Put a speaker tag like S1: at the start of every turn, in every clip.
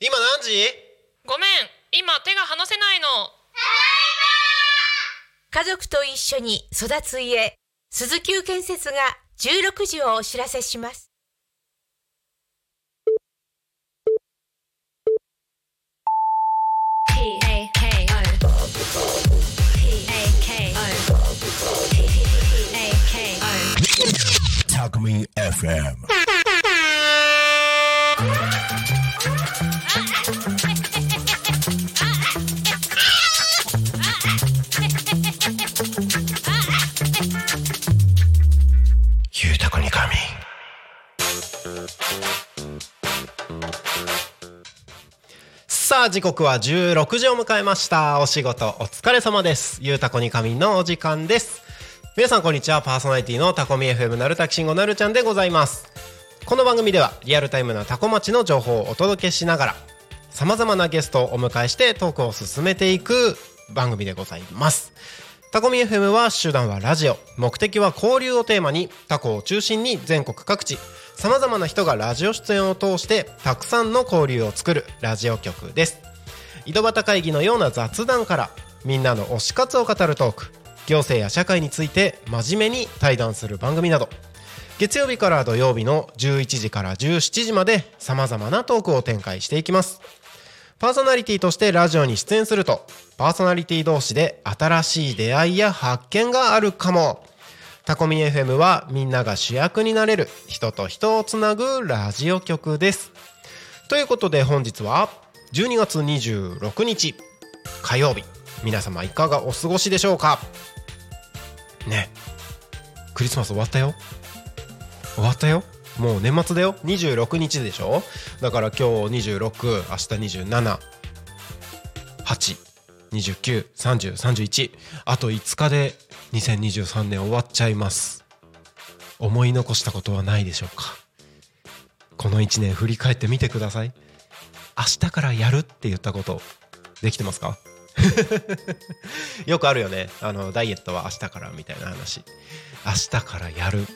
S1: 今何時
S2: ごめん今手が離せないの
S3: 家族と一緒に育つ家鈴木建設が16時をお知らせします
S4: タクミ FM ゆうたこに神
S1: さあ時刻は16時を迎えましたお仕事お疲れ様ですゆうたこにかみんのお時間です皆さんこんにちはパーソナリティのタコミ FM なるたきしんごなるちゃんでございますこの番組ではリアルタイムなタコ町の情報をお届けしながらさまざまなゲストをお迎えしてトークを進めていく番組でございますタコミ FM は手段はラジオ目的は交流をテーマにタコを中心に全国各地さまざまな人がラジオ出演を通してたくさんの交流を作るラジオ局です井戸端会議のような雑談からみんなの推し活を語るトーク行政や社会について真面目に対談する番組など月曜日から土曜日の11時から17時までさまざまなトークを展開していきますパーソナリティとしてラジオに出演するとパーソナリティ同士で新しい出会いや発見があるかもタコミ FM はみんなが主役になれる人と人をつなぐラジオ局ですということで本日は12月26日火曜日皆様いかがお過ごしでしょうかねクリスマス終わったよ終わったよもう年末だよ26日でしょだから今日26明日27 8 29、30、31あと5日で2023年終わっちゃいます思い残したことはないでしょうかこの1年振り返ってみてください明日からやるって言ったことできてますか よくあるよねあのダイエットは明日からみたいな話明日からやる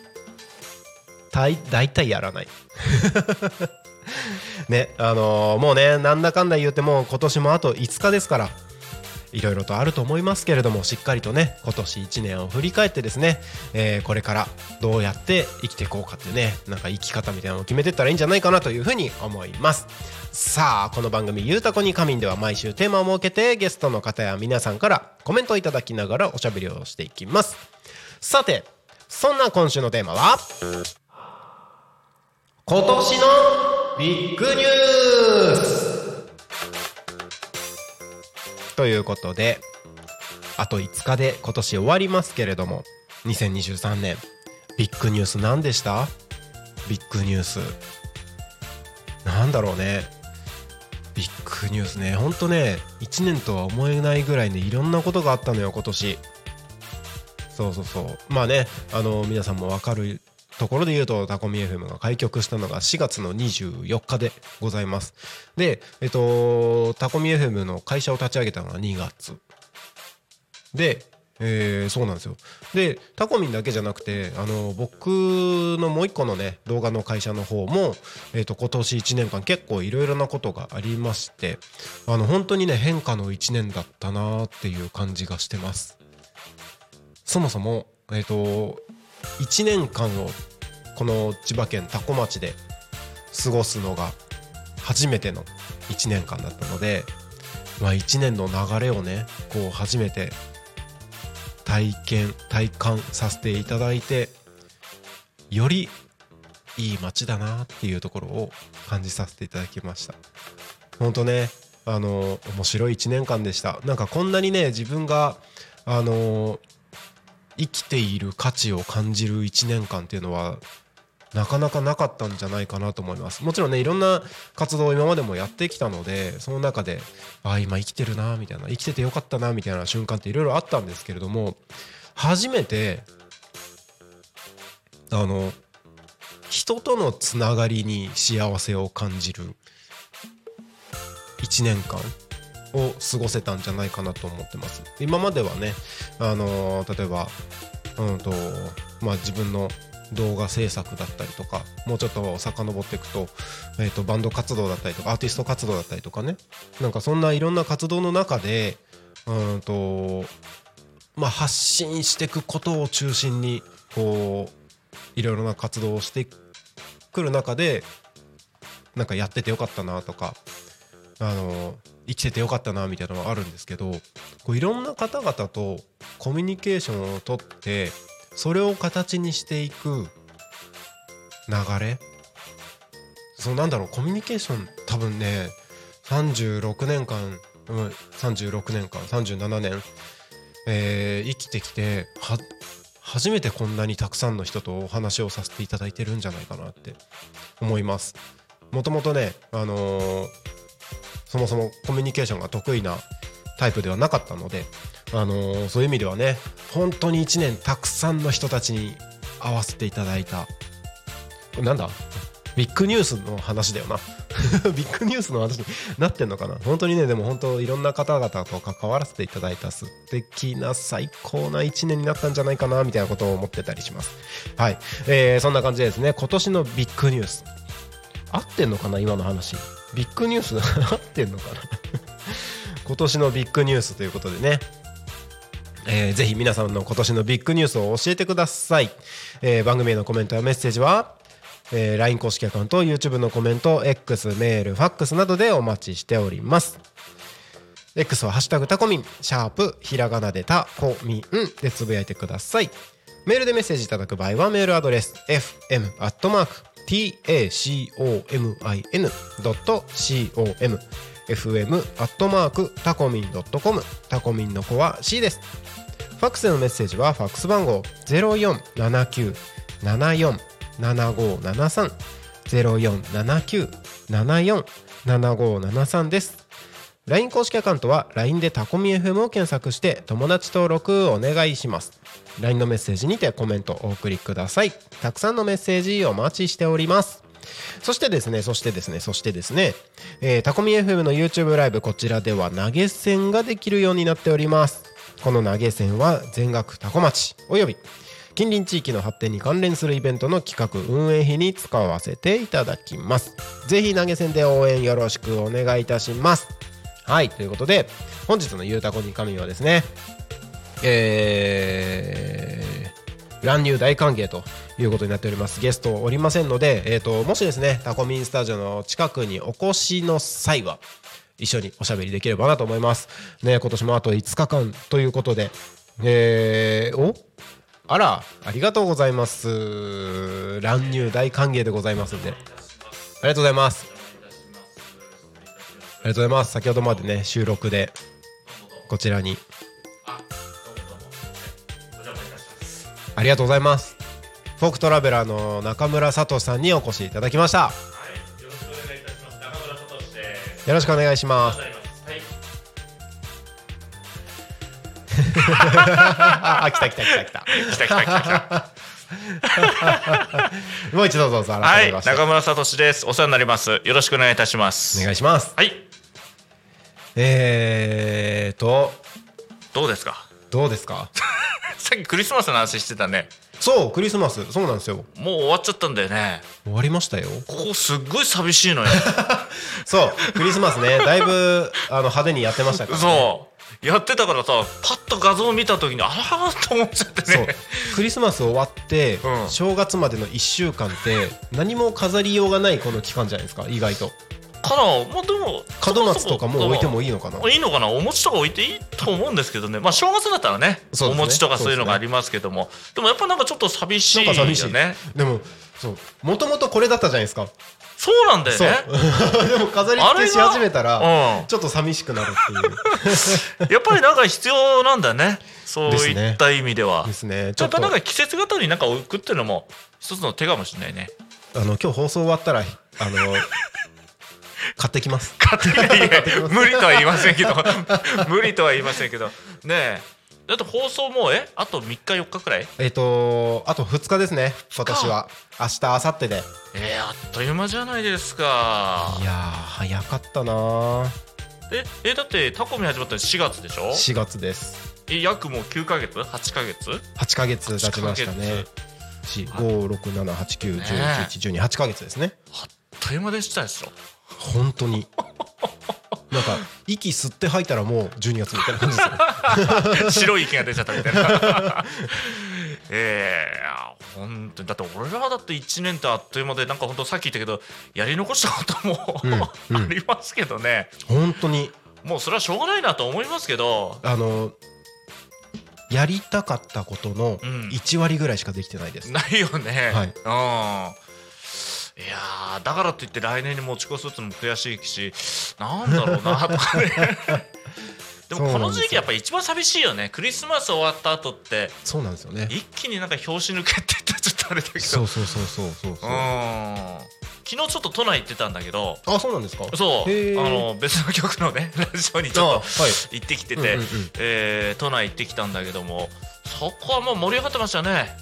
S1: 大大体やらない ねあのーもうねなんだかんだ言ってもう今年もあと5日ですからいろいろとあると思いますけれどもしっかりとね今年1年を振り返ってですね、えーこれからどうやって生きていこうかってねなんか生き方みたいなのを決めていったらいいんじゃないかなというふうに思いますさあこの番組「ゆうたこに仮眠」では毎週テーマを設けてゲストの方や皆さんからコメントをいただきながらおしゃべりをしていきますさてそんな今週のテーマは今年のビッグニュースということであと5日で今年終わりますけれども2023年ビッグニュース何でしたビッグニュースなんだろうねビッグニュースねほんとね1年とは思えないぐらいねいろんなことがあったのよ今年そうそうそうまあねあの皆さんも分かるところで言うとタコミ FM が開局したのが4月の24日でございますでえっとタコミ FM の会社を立ち上げたのが2月で、えーそうなんですよでタコミンだけじゃなくてあの僕のもう一個のね動画の会社の方も、えっと今年1年間結構いろいろなことがありましてあの本当にね変化の1年だったなーっていう感じがしてますそもそも、えー、と1年間をこの千葉県多古町で過ごすのが初めての1年間だったので、まあ、1年の流れをねこう初めて体験体感させていただいてよりいい街だなっていうところを感じさせていただきました。本当ねあの面白い1年間でしたなんかこんなにね自分があの生きている価値を感じる1年間っていうのはなかなかなかったんじゃないかなと思いますもちろんねいろんな活動を今までもやってきたのでその中であ今生きてるなみたいな生きててよかったなみたいな瞬間っていろいろあったんですけれども初めてあの人とのつながりに幸せを感じる1年間を過ごせたんじゃないかなと思ってます今まではねあのー例えばうんとまあ自分の動画制作だったりとかもうちょっと遡っていくと,、えー、とバンド活動だったりとかアーティスト活動だったりとかねなんかそんないろんな活動の中でうーんと、まあ、発信していくことを中心にこういろいろな活動をしてくる中でなんかやっててよかったなとかあの生きててよかったなみたいなのはあるんですけどこういろんな方々とコミュニケーションをとってそれを形にしていく流れそのなんだろうコミュニケーション多分ね36年間、うん、36年間37年、えー生きてきては初めてこんなにたくさんの人とお話をさせていただいてるんじゃないかなって思います。もともとね、あのーそもそもコミュニケーションが得意なタイプではなかったので、あのーそういう意味ではね本当に1年たくさんの人たちに会わせていただいたなんだビッグニュースの話だよな ビッグニュースの話になってんのかな本当にねでも本当いろんな方々と関わらせていただいた素敵な最高な1年になったんじゃないかなみたいなことを思ってたりしますはい、えーそんな感じでですね今年のビッグニュース合ってんのかな今の話ビッグニュース 合ってんのかな 今年のビッグニュースということでねえーぜひ皆さんの今年のビッグニュースを教えてください、えー番組へのコメントやメッセージは、えー LINE 公式アカウント YouTube のコメント X メールファックスなどでお待ちしております X は「ハッシュタグタコミン」「シャープひらがなでタコミン」でつぶやいてくださいメールでメッセージいただく場合はメールアドレス fm.tacomin.com fm アットマークタコミンドットコムタコミンの子は C です。ファックスへのメッセージはファックス番号ゼロ四七九七四七五七三ゼロ四七九七四七五七三です。LINE 公式アカウントは LINE でタコミ FM を検索して友達登録お願いします LINE のメッセージにてコメントお送りくださいたくさんのメッセージお待ちしておりますそしてですねそしてですねそしてですね、えータコミ FM の YouTube ライブこちらでは投げ銭ができるようになっておりますこの投げ銭は全額タコ町および近隣地域の発展に関連するイベントの企画運営費に使わせていただきますぜひ投げ銭で応援よろしくお願いいたしますはい、ということで、本日のゆうたこに神はですね、えー、乱入大歓迎ということになっております。ゲストおりませんので、えー、と、もしですね、タコミンスタジオの近くにお越しの際は、一緒におしゃべりできればなと思います。ね、今年もあと5日間ということで、えー、おあら、ありがとうございます。乱入大歓迎でございますんで、ありがとうございます。ありがとうございます。先ほどまでね、収録で、こちらに。ありがとうございます。フォークトラベラーの中村聡さんにお越しいただきました。よろしくお願いします。あ、来た来た来た来た。
S5: 来た来た来た来た。
S1: もう一度どうぞ
S5: は
S1: 改め
S5: い、
S1: まして。
S5: 中村聡です。お世話になります。よろしくお願いいたします。
S1: お願いします。
S5: はい、
S1: えーと、
S5: どうですか。
S1: どうですか
S5: さっきクリスマスの話してたね。
S1: そう、クリスマス。そうなんですよ。
S5: もう終わっちゃったんだよね。
S1: 終わりましたよ。
S5: ここすっごい寂し いのよ。
S1: そう、クリスマス ね、だいぶあの派手にやってましたから、ね。
S5: そう。やってたからさ、パッと画像を見た時にあらーと思っちゃって
S1: そう
S5: ね。
S1: クリスマス終わって、
S5: うん
S1: 正月までの1週間って何も飾りようがないこの期間じゃないですか意外と
S5: から、まあでも
S1: 門松とかもう置いても
S5: いい。
S1: いいのかな
S5: のかなお餅とか置いていいと思うんですけどね、まあ、正月だったらね
S1: そうで
S5: お
S1: すね
S5: 餅とかそういうのがありますけどもで,、もやっぱなんかちょっと寂し
S1: ないん
S5: よ
S1: か寂しい
S5: ね
S1: でもそうもともとこれだったじゃないですか、
S5: そうなんだよ
S1: そう
S5: ね
S1: でも飾り
S5: あ
S1: 付
S5: れ
S1: け
S5: が
S1: し始めたら、
S5: うん
S1: ちょっと寂しくなるっていう
S5: やっぱりなんか必要なんだね。そう
S1: です
S5: い
S1: ね
S5: った意味では。
S1: ですねち
S5: や
S1: ょ
S5: っ
S1: っと
S5: ぱ
S1: あ
S5: なん
S1: の
S5: か季節ごとになんか置くっていうのも一つの手かもしれないね。
S1: 今日放送終わったらあの買ってき ます
S5: 勝手にいや無理とは言いませんけ ど、無理とは言いませんけど、ねえ。だって放送もうえあと3日4日くらい
S1: えっ、とあと2日ですね今年は明日明後日で
S5: えー、あっという間じゃないですか
S1: いやー早かったなー
S5: ええだってタコミ始まったの4月でしょ
S1: 4月です
S5: え約もう9ヶ月8ヶ月
S1: 8ヶ月経ちましたね
S5: 8ヶ月
S1: 四五六七八九十
S5: ね
S1: 一一十二八ヶ月ですね。
S5: という間でしたでしょ
S1: 本当に。なんか息吸って吐いたらもう12月みたいな感じで すよ。
S5: 白い息が出ちゃったみたいな ええ本当にだって俺らだって1年ってあっという間でなんか本当さっき言ったけどやり残したことも、
S1: うんうん
S5: ありますけどね
S1: 本当に
S5: もうそれはしょうがないなと思いますけど
S1: あのやりたかったことの
S5: うん
S1: 1割ぐらいしかできてないです。
S5: ないよね、
S1: はい
S5: うんいやーだからといって来年に持ち越すってのも悔しいしなんだろうなとかね でもこの時期やっぱ一番寂しいよねクリスマス終わった後って
S1: そうなんですよね。
S5: 一気になんか拍子抜けって言ったらちょっとあれだけど
S1: そうそうそうそうそうそうう。
S5: ん昨日ちょっと都内行ってたんだけど
S1: あ、そうなんですか。
S5: そう
S1: へー
S5: あの別の局のね ラジオにち
S1: あ、
S5: ょ
S1: は
S5: っと行ってきて
S1: い。
S5: て、
S1: うんうんうん
S5: えー都内行ってきたんだけどもそこはもう盛り上がってましたね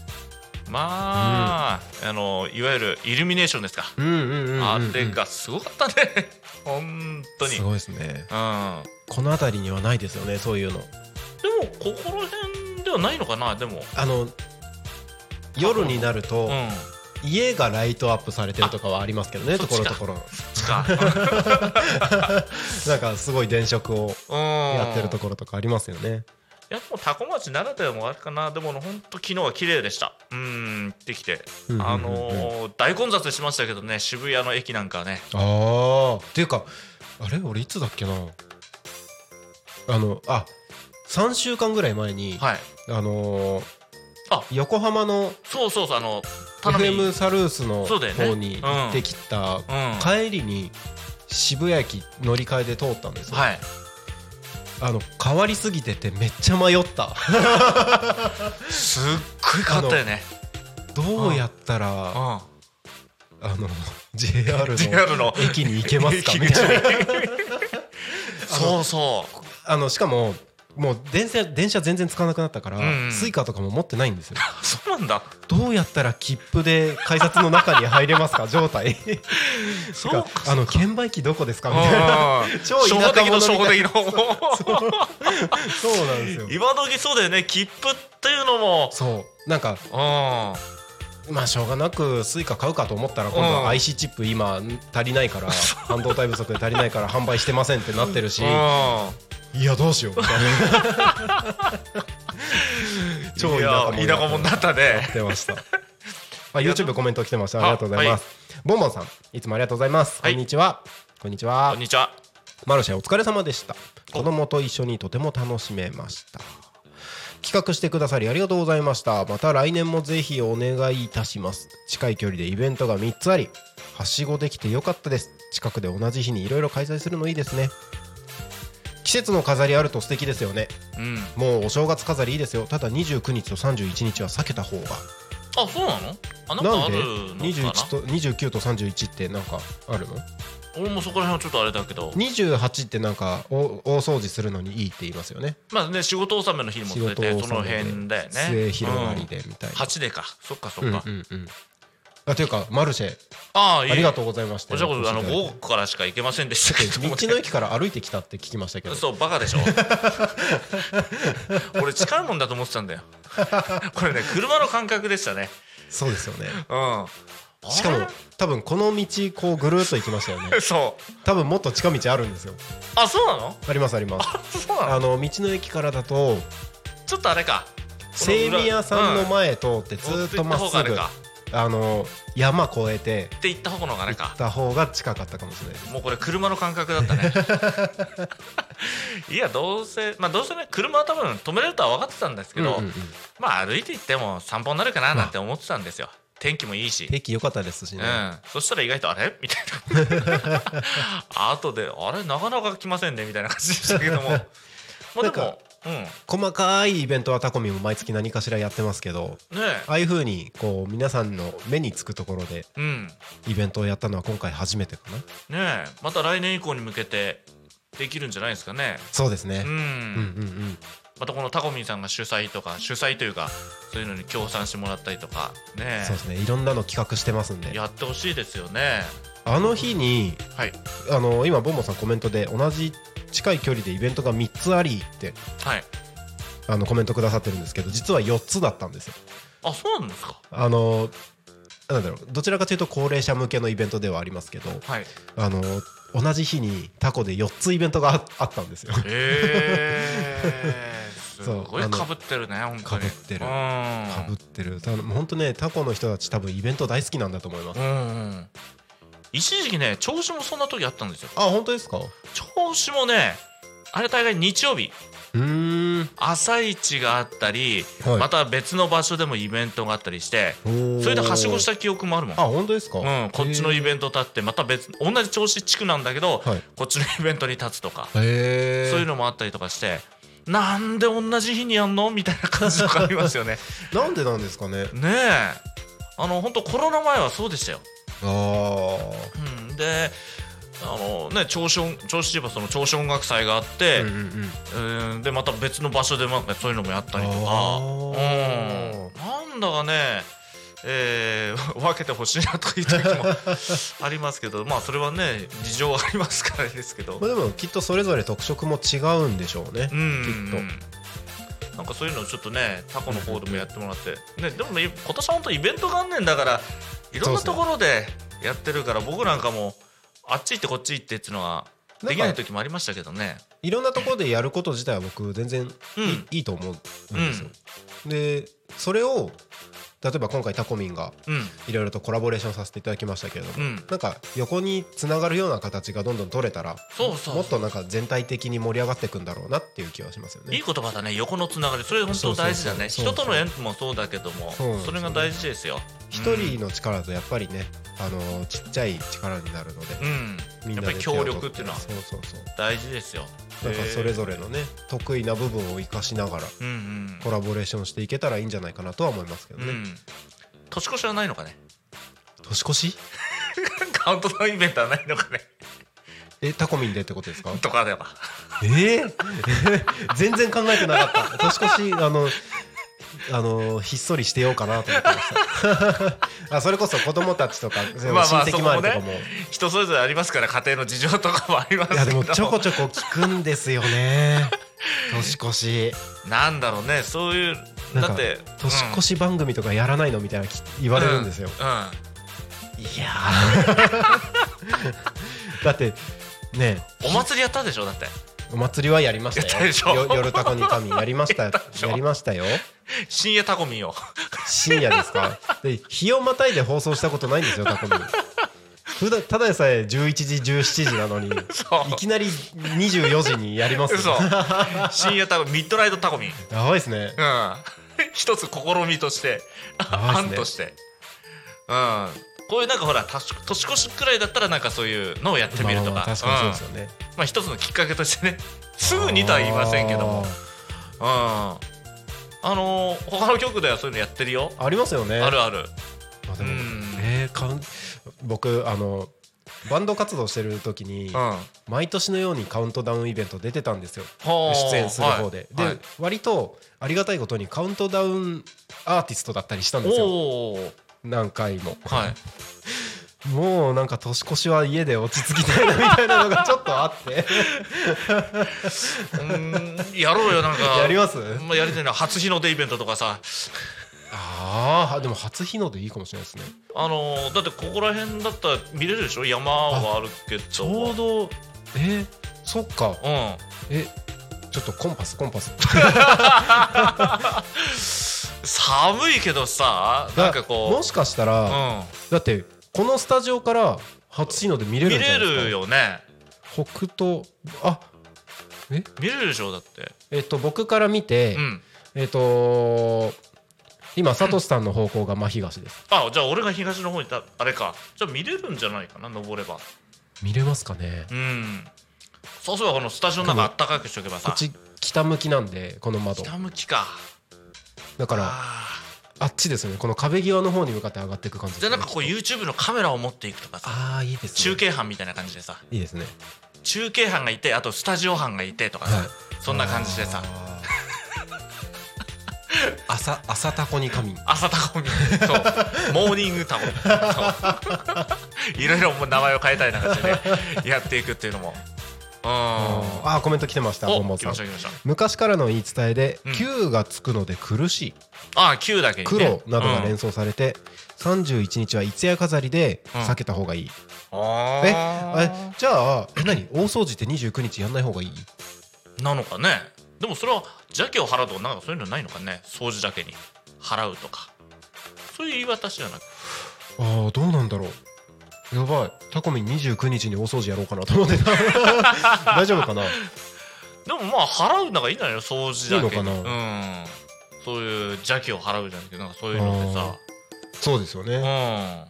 S5: まあ、あのいわゆるイルミネーションですか、
S1: うんうんうんうん。
S5: あれがすごかったね 本当に
S1: すごいですね。
S5: うん
S1: この辺りにはないですよね、そういうの。
S5: でもここら辺ではないのかなでも
S1: あの夜になると、
S5: うん
S1: 家がライトアップされてるとかはありますけどね
S5: あ
S1: ところどころ
S5: つか
S1: なんかすごい電飾を
S5: うん
S1: やってるところとかありますよね、
S5: いやでもタコ町ならではもあるかなでも本当昨日は綺麗でしたうん行ってきて
S1: うんうんうんうん
S5: あのー大混雑しましたけどね渋谷の駅なんかはね
S1: ああっていうかあれ俺いつだっけなあのあ3週間ぐらい前に、
S5: はい
S1: あのー
S5: あ
S1: 横浜の
S5: そうそうそうあの田辺
S1: FM サルースの
S5: そうだよね
S1: 方に行ってきた、
S5: うんはい
S1: 帰りに渋谷駅乗り換えで通ったんですよ、あの変わりすぎててめっちゃ迷 った
S5: すっごい変わったよね
S1: どうやったらあ
S5: うん
S1: の JR の
S5: JR の
S1: 駅に行けますか
S5: 駅
S1: みたいな
S5: そうそう
S1: あのしかももう電車電車全然使わなくなったから、
S5: うんうん
S1: スイカとかも持ってないんですよ
S5: そうなんだ
S1: どうやったら切符で改札の中に入れますか 状態
S5: そうか
S1: あの券売機どこですかみたいな
S5: うん
S1: 超
S5: 初
S1: 田
S5: 歩
S1: 舎者みたい
S5: 的
S1: な
S5: の初歩的の
S1: そうなんですよ
S5: 今時そうだよね切符っていうのも
S1: そうなんか
S5: うん
S1: まあしょうがなくスイカ買うかと思ったら今度
S5: うん
S1: は IC チップ今足りない から半導体不足で足りないから販売してませんってなってるし
S5: うん
S1: いやどうしようみたい な超
S5: い
S1: 田
S5: や
S1: 舎者
S5: 田舎者だったね
S1: 出ま した。あ、YouTube コメント来てました。ありがとうございます。ボンボンさん、いつもありがとうございます。こ
S5: はい
S1: んにちは。こんにちは
S5: こん。にちは
S1: マルシェお疲れ様でした。子供と一緒にとても楽しめました。企画してくださりありがとうございました。また来年もぜひお願いいたします。近い距離でイベントが3つあり、はしごできてよかったです。近くで同じ日にいろいろ開催するのいいですね。季節の飾りあると素敵ですよね。
S5: うん
S1: もうお正月飾りいいですよ。ただ29日と31日は避けた方が。
S5: あそうなのあなんか
S1: な
S5: あ
S1: ん
S5: る
S1: で
S5: のかな
S1: 21と29と31ってなんかあるの
S5: 俺もそこら辺はちょっとあれだけど
S1: ?28 ってなんかお大掃除するのにいいって言いますよね
S5: まあね仕事納めの日にも
S1: 仕
S5: 出
S1: 事
S5: て
S1: を
S5: その辺だよね
S1: 末広がりでみたい
S5: うん
S1: な、
S5: 8でかそっかそっ
S1: うん、
S5: か、
S1: うんうんあというかマルシェ
S5: ああいい
S1: ありがとうございました
S5: こちらこそあの
S1: お越しいただい
S5: 午
S1: て
S5: 後からしか行けませんでしたけどもね
S1: 道の駅から歩いてきたって聞きましたけど
S5: そうバカ でしょ俺近いもんだと思ってたんだよこれね車の感覚でしたね
S1: そうですよね
S5: うん
S1: しかも多分この道こうぐるーっと行きましたよね
S5: あれそう
S1: 多分もっと近道あるんですよ
S5: あそうなの
S1: ありますあります
S5: そうなの
S1: あの道の駅からだと
S5: ちょっとあれか
S1: 精密屋さんの前通ってずーっとまっ
S5: 追
S1: す
S5: ってい
S1: ぐ
S5: った方があれか
S1: あの山越えて
S5: って行った方があれか
S1: 行った方が近かったかもしれないです
S5: もうこれ車の感覚だった ねいやどうせまあどうせね車は多分止めれるとは分かってたんですけ
S1: う
S5: ど、
S1: んうんうん
S5: まあ歩いて行っても散歩になるかななんて思ってたんですよ天気もいいし、
S1: 天気良かったですし
S5: う
S1: ね、
S5: ん、そしたら意外とあれみたい な後であれなかなか来ませんねみたいな感じでしたけど もまあ
S1: な
S5: で
S1: んか
S5: もうんね
S1: 細かいイベントはタコミンも毎月何かしらやってますけど
S5: え
S1: ああいう風にこう皆さんの目につくところで
S5: うんね
S1: イベントをやったのは今回初めてかな
S5: えまた来年以降に向けてできるんじゃないですかね
S1: そうです
S5: う
S1: ね、うん、うん
S5: ん
S1: うん
S5: またこのタコミンさんが主催とか主催というかそういうのに協賛してもらったりとかね
S1: そうですねいろんなの企画してますんで
S5: やってほしいですよね
S1: あの日に
S5: はい
S1: あの今ボンボンさんコメントで同じ近い距離でイベントが3つありって
S5: はい
S1: あのコメントくださってるんですけど実は4つだったんですよ
S5: あそうなんですか
S1: あのなんだろうどちらかというと高齢者向けのイベントではありますけど
S5: はい
S1: あの同じ日にタコで4つイベントがああったんですよ
S5: えー、す
S1: そう
S5: ごいかぶってるね本当に
S1: 被ってる
S5: うん
S1: かぶってるただもうほんとねタコの人たち多分イベント大好きなんだと思います
S5: うんうん一時期ね調子もそんな時あったんですよ
S1: あ本当ですか
S5: 調子もねあれ大概日曜日
S1: うーん
S5: 朝市があったり、
S1: はい
S5: また別の場所でもイベントがあったりしてそれではしごしたた記憶もあるもん
S1: あ本当ですか
S5: うん、こっちのイ
S1: ン
S5: ベント立ってまた別同じ銚子地区なんだけど、
S1: はい
S5: こっちのイベントに立つとか、
S1: トへえ
S5: そういうのもあったりとかしてなんで同じ日にやんのみたいな感じとかあります よね
S1: なんでなんですかね
S5: ねえあの本当コロナ前はそうでしたよ、
S1: ああ
S5: うん、であのね銚子音銚子といえばその銚子音楽祭があって、
S1: うんうん
S5: うんでまた別の場所でなんかそういうのもやったりと
S1: あ
S5: かうん
S1: ー
S5: なんだかね、えー 分けてほしいなという時もありますけどまあそれはね事情はありますからあれですけど
S1: まあ、でもきっとそれぞれ特色も違うんでしょうね
S5: う、ん
S1: きっ
S5: なんかそういうのをちょっとねタコの方でもやってもらって、ね、でもね今年は本当イベント元年だからいろんなところでやってるから僕なんかもあっち行ってこっち行ってっていうのはできない時もありましたけどね。
S1: いろんなところでやること自体は僕全然い,、
S5: うん
S1: いいと思うんですよ、でそれを例えば今回タコミンが
S5: うん
S1: いろいろとコラボレーションさせていただきましたけれども、
S5: うん
S1: なんか横につながるような形がどんどん取れたら
S5: そうそうそう
S1: もっとなんか全体的に盛り上がっていくんだろうなっていう気はしますよね
S5: いい言葉だね横のつながりそれ本当大事だね
S1: そうそうそう
S5: 人との縁もそうだけども
S1: そうなんですよ
S5: それが大事ですよ
S1: 一人の力だとやっぱりね、あのーちっちゃい力になるので、
S5: うん、
S1: みん
S5: や
S1: な
S5: っ
S1: で
S5: ぱり
S1: 手を
S5: 協
S1: 取
S5: 力っていうのは
S1: そうそうそう
S5: 大事ですよ
S1: なんかそれぞれのね得意な部分を生かしながら
S5: うん
S1: コラボレーションしていけたらいいんじゃないかなとは思いますけど
S5: うん、
S1: ね、
S5: うん、年越しはないのかね
S1: 年越し
S5: カウントダウンイベントはないのかね
S1: えタコミンでってことですか
S5: とかでは
S1: えー、 全然考えてなかった年越しあのあのひっそりしてようかなと思ってました あそれこそ子供たちとか親
S5: まあまあ
S1: 戚周りとかも,、
S5: そこも人それぞれありますから家庭の事情とかもありますけ
S1: いや
S5: ど
S1: でもちょこちょこ聞くんですよね年越し
S5: なんだろうねそういう
S1: なん
S5: だ
S1: か
S5: って
S1: 年越し番組とかやらないのみたいなき言われるんですよ、
S5: うん、うん
S1: いやー だってね
S5: お祭りやったでしょだって
S1: お祭りはやりました
S5: やったでしょ
S1: よ。よ夜高に神やりました。や
S5: しょ
S1: りましたよ。
S5: 深夜タコミンを
S1: 深夜ですか。で日をまたいで放送したことないんですよタコミン。普段ただでさえ11時17時なのにい
S5: そう
S1: きなり24時にやりますよ。
S5: 嘘深夜タコミッドナイトタコミン
S1: やばいですね。
S5: うん、一つ試みとして、
S1: ばいっすね
S5: 案として、うん、こういうなんかほら年年越しくらいだったらなんかそういうのをやってみるとか、
S1: まあまあ確かにそうですよね。
S5: うんまあ一つのきっかけとしてねすぐにとは言いませんけども、うん、あのー他の局ではそういうのやってるよ、
S1: あー。ありますよね。
S5: あるある
S1: まあでも
S5: うん
S1: ねカウン僕あのバンド活動してる時に
S5: うん
S1: 毎年のようにカウントダウンイベント出てたんですよ。
S5: ほー
S1: 出演する方で、
S5: はいはい
S1: で割とありがたいことにカウントダウンアーティストだったりしたんですよ
S5: おー
S1: 何回も
S5: はい
S1: もうなんか年越しは家で落ち着きたいなみたいなのがちょっとあって
S5: うんやろうよなんか
S1: やります
S5: まあやりたいな初日の出イベントとかさ
S1: ああでも初日のでいいかもしれないですね
S5: あのーだってここら辺だったら見れるでしょ山はあるけど
S1: ちょうどえそっか
S5: うん
S1: えちょっとコンパスコンパス
S5: 寒いけどさなんかこう
S1: もしかしたら、だってこのスタジオから初日ので見れ
S5: うん、
S1: る
S5: 見
S1: んじゃな
S5: れ
S1: いですか
S5: るよね
S1: 北東あ
S5: 見れるでしょだって
S1: えっと僕から見て、
S5: うん
S1: えっ、と今サトシさんの方向が真東です。
S5: あじゃあ俺が東の方にいたあれかじゃあ見れるんじゃないかな登れば
S1: 見れますかね。
S5: うんそうすればこのスタジオの中あったかくしておけば
S1: こ
S5: さ
S1: っち北向きなんでこの窓。
S5: 北向きか
S1: だから
S5: あ
S1: あっちですよね。この壁際の方に向かって上がっていく感じです
S5: ーじゃ
S1: ね、
S5: あなんかこう YouTube のカメラを持っていくとかさ
S1: ああいいですね。
S5: 中継班みたいな感じでさ
S1: いいですね。
S5: 中継班がいてあとスタジオ班がいてとかさ、
S1: はい
S5: そんな感じでさ
S1: あー。朝朝タコに神。
S5: 朝タコミそうモーニングタコミそういろいろもう名前を変えたりなんかしてねやっていくっていうのもあ
S1: あーコメント来てましたボンボン
S5: お来
S1: さん
S5: ました来ました
S1: 昔からの言い伝えで
S5: うん
S1: 「Q」がつくので苦しい
S5: ああ9だ
S1: 「
S5: けに、ね、
S1: 黒」などが
S5: うん
S1: 連想されて31日は一夜飾りで
S5: うん
S1: 避けた方がいい
S5: あ
S1: え
S5: ー
S1: えじゃあえ何大掃除って29日やんない方がいい
S5: なのかねでもそれは邪気を払うとかなんかそういうのないのかね掃除だけに払うとかそういう言い渡しじゃなく
S1: あーどうなんだろうやばいタコミン29日に大掃除やろうかなと思 ってた大丈夫かな
S5: でもまあ払うのがいいんじゃないの掃除だけに
S1: いいのか
S5: うんそういう邪気を払うじゃなくてなんかそういうのってさ
S1: そうですよ
S5: う
S1: ね
S5: ん
S1: え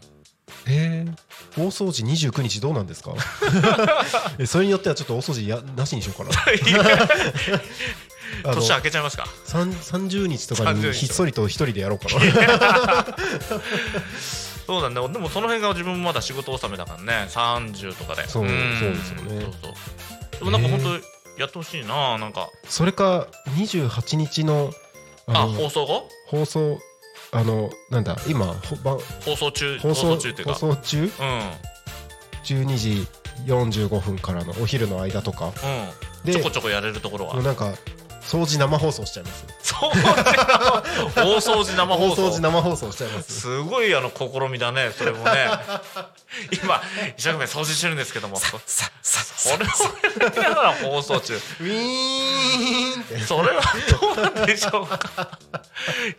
S1: ー大掃除29日どうなんですかえそれによってはちょっと大掃除やなしにしよう かなあの
S5: 年明けちゃいますか
S1: さん30日とかに
S5: 30
S1: ひっそりと一人でやろうかな
S5: そうなんだでもその辺が自分もまだ仕事納めだからね30とかで
S1: そうんそうですよね
S5: そうそうでもなんか本当やってほしいななんか
S1: それか28日の
S5: あ
S1: あの
S5: 放送後
S1: 放送あのなんだ今ほば
S5: 放送中
S1: 放
S5: 放
S1: 送
S5: 送中っていう
S1: 放
S5: か
S1: 送中
S5: うんうん
S1: 12時45分からのお昼の間とかで
S5: ちょこちょこやれるところは
S1: もうなんか掃除生放送しちゃいます
S5: 掃除 生大掃除生
S1: 大
S5: 放
S1: 掃除
S5: 送
S1: 生放送しちゃいます
S5: すごいあの試みだねそれもね今一生懸命掃除してるんですけどもそれをやりながら放送中
S1: ウィーンって
S5: それはどうなんでしょうか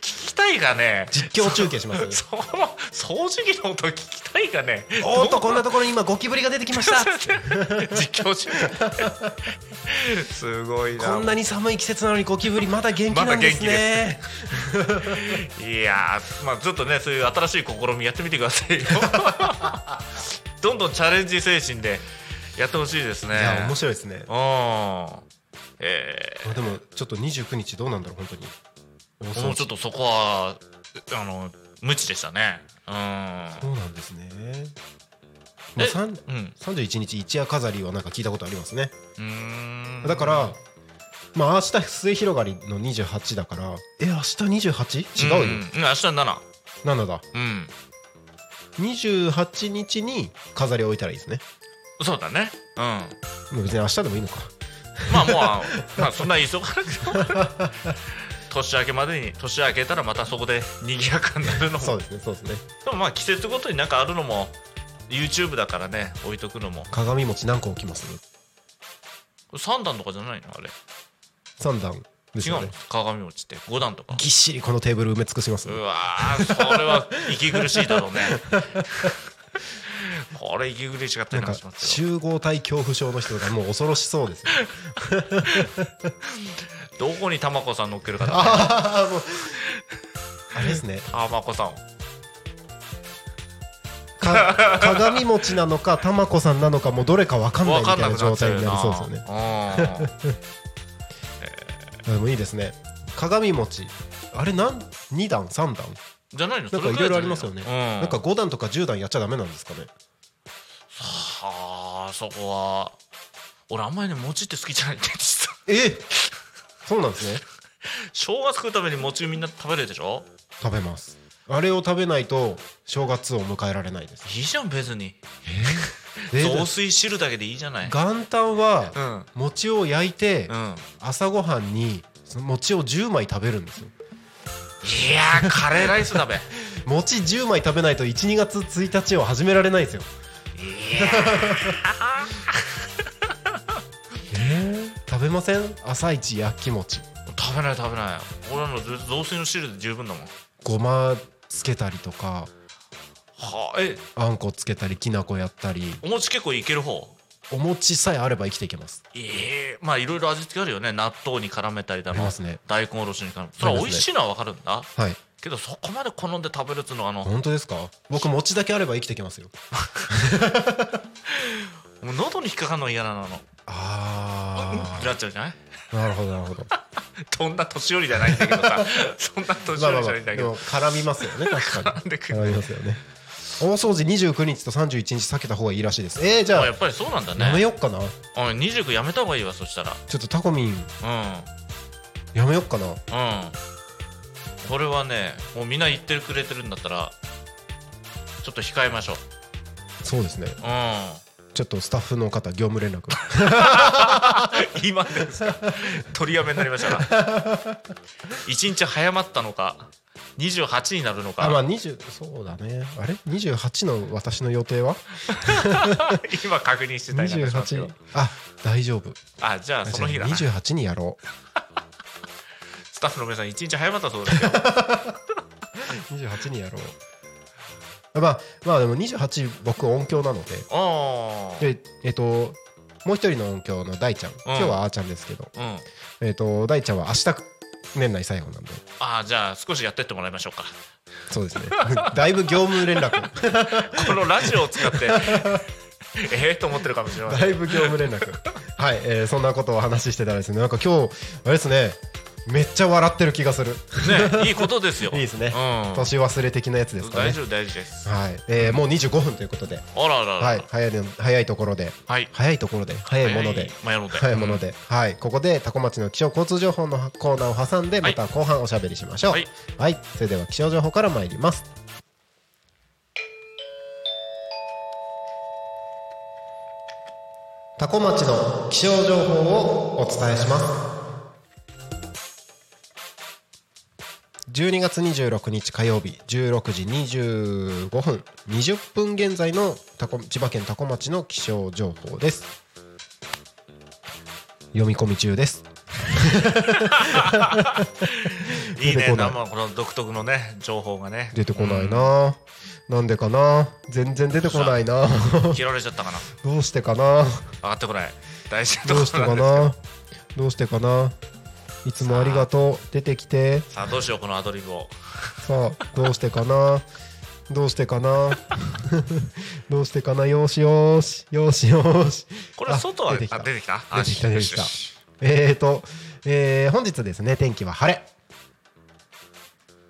S5: 聞きたいがね
S1: 実況中継します
S5: その掃除機の音聞きたいがね
S1: おーっとこんなところに今ゴキブリが出てきま した
S5: 実況中 すごいな
S1: こんなに寒い季節なのにゴキブリまだ元気
S5: ま
S1: な
S5: だ
S1: ん
S5: 元
S1: です
S5: 気
S1: ね
S5: でいやー、まあ、ちょっとねそういう新しい試みやってみてください よどんどんチャレンジ精神でやってほしいですね
S1: いや面白いですね
S5: うんえ
S1: まあでもちょっと29日どうなんだろう本当に大
S5: ー、もうちょっとそこはあの無知でしたねうん
S1: そうなんですねまあ
S5: え
S1: さん
S5: うん
S1: 31日一夜飾りはなんか聞いたことありますね
S5: うーん
S1: だからまあ明日末広がりの28だからえ明日 28? 違うよ、
S5: んん明日7
S1: 7だ
S5: うん
S1: 28日に飾りを置いたらいいですね
S5: そうだねうん
S1: もう別に明日でもいいのか
S5: まあもうまあそんな急がなくても年明けまでに年明けたらまたそこで賑やかになるのも
S1: そうですねそうですね
S5: でもまあ季節ごとになんかあるのも YouTube だからね置いとくのも
S1: 鏡餅何個置きます
S5: 3段とかじゃないのあれ
S1: 3段です
S5: 違う
S1: よ
S5: の
S1: ね
S5: 鏡餅って5段とか
S1: ぎっしりこのテーブル埋め尽くします
S5: うわーそれは息苦しいだろうね これ息苦しかった
S1: なん
S5: りな
S1: か
S5: んかしますよ
S1: 集合体恐怖症の人がもう恐ろしそう ですね
S5: どこに玉子さん乗っけるかだね
S1: あーもうあれですね
S5: 玉子さんを
S1: か鏡餅なのか玉子さんなのかもうどれか分かんない
S5: 分
S1: み
S5: かん
S1: た
S5: ない
S1: な
S5: くな
S1: 状
S5: っちゃ
S1: 態
S5: う
S1: になりそうですよね
S5: よな
S1: あでもいいですね鏡餅あれ何2段3段
S5: うんじゃないの
S1: なんかいろいろありますよね、
S5: それくら
S1: なん
S5: いじゃないの
S1: か5段とか10段やっちゃダメなんですかね
S5: はあそこは俺あんまりね餅って好きじゃないんだよ実は
S1: えそうなんですね
S5: 生姜作るために餅みんな食べるでしょ
S1: 食べますあれを食べないと正月を迎えられないです
S5: いいじゃん別に
S1: で
S5: 雑炊汁だけでいいじゃない
S1: 元旦は
S5: うんうん
S1: 餅を焼いて朝ごはんにその餅を10枚食べるんですよ
S5: いやーカレーライス食べい
S1: 餅10枚食べないと12月1日を始められないですよ
S5: や
S1: 食べません朝一焼き餅
S5: ー食べない食べない俺の雑炊の汁で十分だもん
S1: ごまつけたりとか
S5: はあえ
S1: あんこつけたりきなこやったり
S5: お餅結構いける方
S1: お餅さえあれば生きていけます
S5: ええまあいろいろ味付けあるよね納豆に絡めたりだ
S1: あり
S5: の
S1: ますね
S5: 大根おろしに絡めそれは美味しいのは分かるんだ
S1: はい
S5: けどそこまで好んで食べるっつうのはあのも
S1: 本当ですか僕餅だけあれば生きていけますよ
S5: う喉に引っかかるのが嫌なの
S1: あ
S5: ってなっちゃうじゃない
S1: あ なるほどなるほど
S5: そんな年寄りじゃないんだけ どさそんな年
S1: まあま
S5: 寄
S1: あまあ
S5: りじゃないんだけ
S1: で
S5: ど
S1: も絡みますよね確かに
S5: なんで く
S1: 絡みますよね大掃除29日と31日避けた方がいいらしいですえー、じ
S5: あ
S1: ゃ
S5: や
S1: あ
S5: っぱりそうなんだ
S1: やめ
S5: ね
S1: よっかな
S5: うん29やめた方がいいわそしたら
S1: ちょっとタコミン
S5: うん
S1: やめよっかな
S5: うんこれはねもうみんな言ってくれてるんだったらちょっと控えましょう
S1: そうですね
S5: うん
S1: ちょっとスタッフの方業務 連絡
S5: 今です か取りやめになりましたか一日早まったのか28になるのか、
S1: あまあ20そうだねあれ28の私の予定は
S5: 今確認してたりなんかしますけど
S1: 28あ大丈夫
S5: あじゃあその日だなス
S1: 28にやろ
S5: タッフの皆さん一日早まったそうで すよ
S1: う28にやろうあまあまあでも28僕音響なので
S5: あー
S1: でえっともう一人の音響の大ちゃん、今日はあーちゃんですけど、
S5: うん
S1: えっと大ちゃんは明日年内最後なんで
S5: あーじゃあ少しやってってもらいましょうか
S1: そうですね だいぶ業務連 絡
S5: このラジオを使って ええと思ってるかもしれませ
S1: だ
S5: ん
S1: いぶ業務連絡はい、えーそんなことを話してたらですねなんか今日あれですねめっちゃ笑ってる気がする
S5: ね いいことですよ
S1: いいですね、
S5: うん
S1: 年忘れ的なやつですか
S5: 大
S1: ね
S5: 丈夫大丈夫です
S1: はい、えーもう25分ということで、
S5: あらあらあら
S1: はい、早いの早いところで
S5: はい
S1: 早いところで早いもので
S5: 早いもので
S1: 早いもので、はいここでタコ町の気象交通情報のコーナーを挟んで
S5: は
S1: ま
S5: い
S1: た後半おしゃべりしましょうは
S5: はいい、
S1: それでは気象情報から参りますタコ町の気象情報をお伝えします12月26日火曜日16時25分20分現在のタコ千葉県多古町の気象情報です読み込み中です
S5: いい
S1: 出てこ
S5: ね
S1: ない
S5: 生この独特のね情報がね
S1: 出てこないな、なんでかな全然出てこない な
S5: 切られちゃったかな
S1: どうしてかな
S5: 上がってこない大事なとこ
S1: ど
S5: ろ
S1: うして
S5: な
S1: か
S5: んです
S1: などうしてかないつもありがとう出てきて
S5: さあどうしようこのアドリブを
S1: さあどうしてかなどうしてか などうしてかなよーしよーしよーしよーし
S5: これは外は
S1: あ
S5: あ
S1: 出てきた
S5: 出てきた
S1: 出てきた
S5: あ
S1: 出てきた
S5: よしよし
S1: えーと、えー本日ですね、天気は晴れ。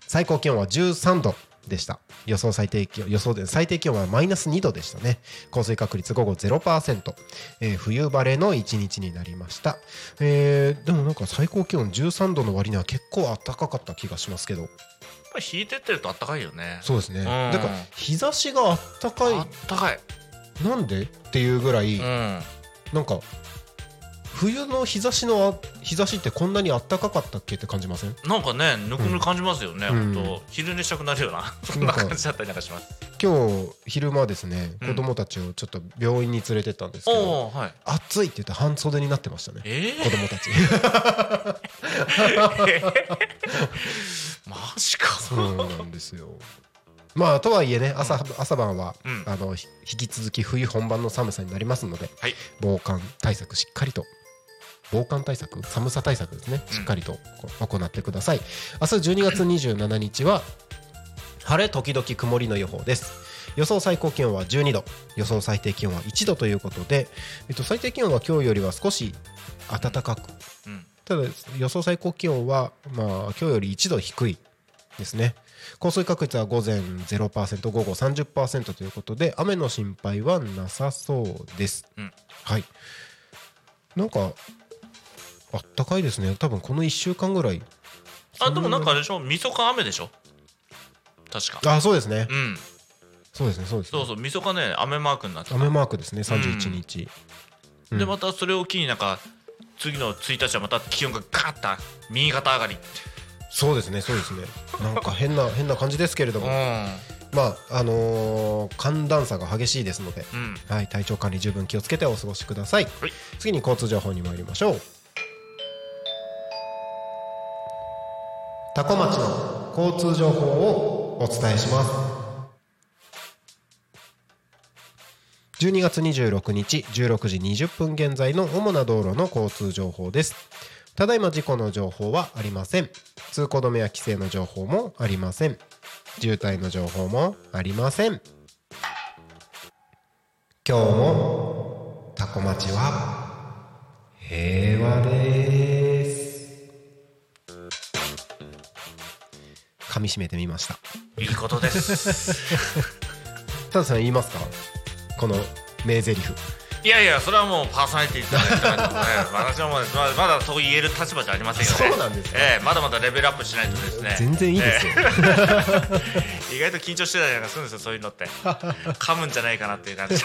S1: 最高気温は13度でした。予想最低気温、予想で最低気温はマイナス2度でしたね。降水確率午後0%。えー、冬晴れの一日になりました。えーでもなんか最高気温13度の割には結構暖かかった気がしますけど。
S5: やっぱり引いてってるとあったかいよね
S1: そうですね。
S5: ん
S1: なんか日差しが暖か
S5: あったかい
S1: い、なんでっていうぐらい、
S5: うん
S1: なんか、冬の日差しのあ日差しってこんなに暖かかったっけって感じません
S5: なんかねぬくぬく感じますよね
S1: うん
S5: 本当昼寝したくなるような そん
S1: な
S5: なん
S1: か
S5: 感じだったりなんかします
S1: 今日昼間ですね
S5: うん
S1: 子供たちをちょっと病院に連れてったんですけど、
S5: おおーはい
S1: 暑いって言って半袖になってましたね
S5: え
S1: 子供たち
S5: ーマジか
S1: そうなんですよまあとはいえね朝,、朝晩は、
S5: うん
S1: あのひ引き続き冬本番の寒さになりますので
S5: はい
S1: 防寒対策しっかりと防寒対策寒さ対策ですねしっかりとこ行ってください明日12月27日は晴れ時々曇りの予報です予想最高気温は12度予想最低気温は1度ということで、えっと、最低気温は今日よりは少し暖かく
S5: うん
S1: ただ予想最高気温は、まあ、今日より1度低いですね降水確率は午前0%午後30%ということで雨の心配はなさそうです、
S5: うん
S1: はいなんかあったかいですね多分この1週間ぐらい
S5: あでもなんかあれでしょみそか雨でしょ確か
S1: あそうですね
S5: うん
S1: そうですねそうですね
S5: そうそうみそかね雨マークになってた
S1: 雨マークですね31日、うん
S5: でまたそれを機になんか次の1日はまた気温がガーッと右肩上がりって
S1: そうですねそうですねなんか変な変な感じですけれど
S5: う
S1: も、
S5: ん
S1: まああのー寒暖差が激しいですので
S5: うん
S1: はい、体調管理十分気をつけてお過ごしください、
S5: はい
S1: 次に交通情報に参りましょう多古町の交通情報をお伝えします12月26日16時20分現在の主な道路の交通情報ですただいま事故の情報はありません通行止めや規制の情報もありません渋滞の情報もありません今日もタコ町は平和です噛み締めてみました
S5: いいことです
S1: たださん言いますかこの名台詞
S5: いやいやそれはもうパーソナリティじゃないですか、ね、私はもうまだまだそう言える立場じゃありませんよ
S1: そ
S5: ね
S1: うなんですか
S5: ええまだまだレベルアップしないとですね
S1: 全然いいですよ、
S5: 意外と緊張してたりなんかするんですよそういうのって噛むんじゃないかなっていう感じ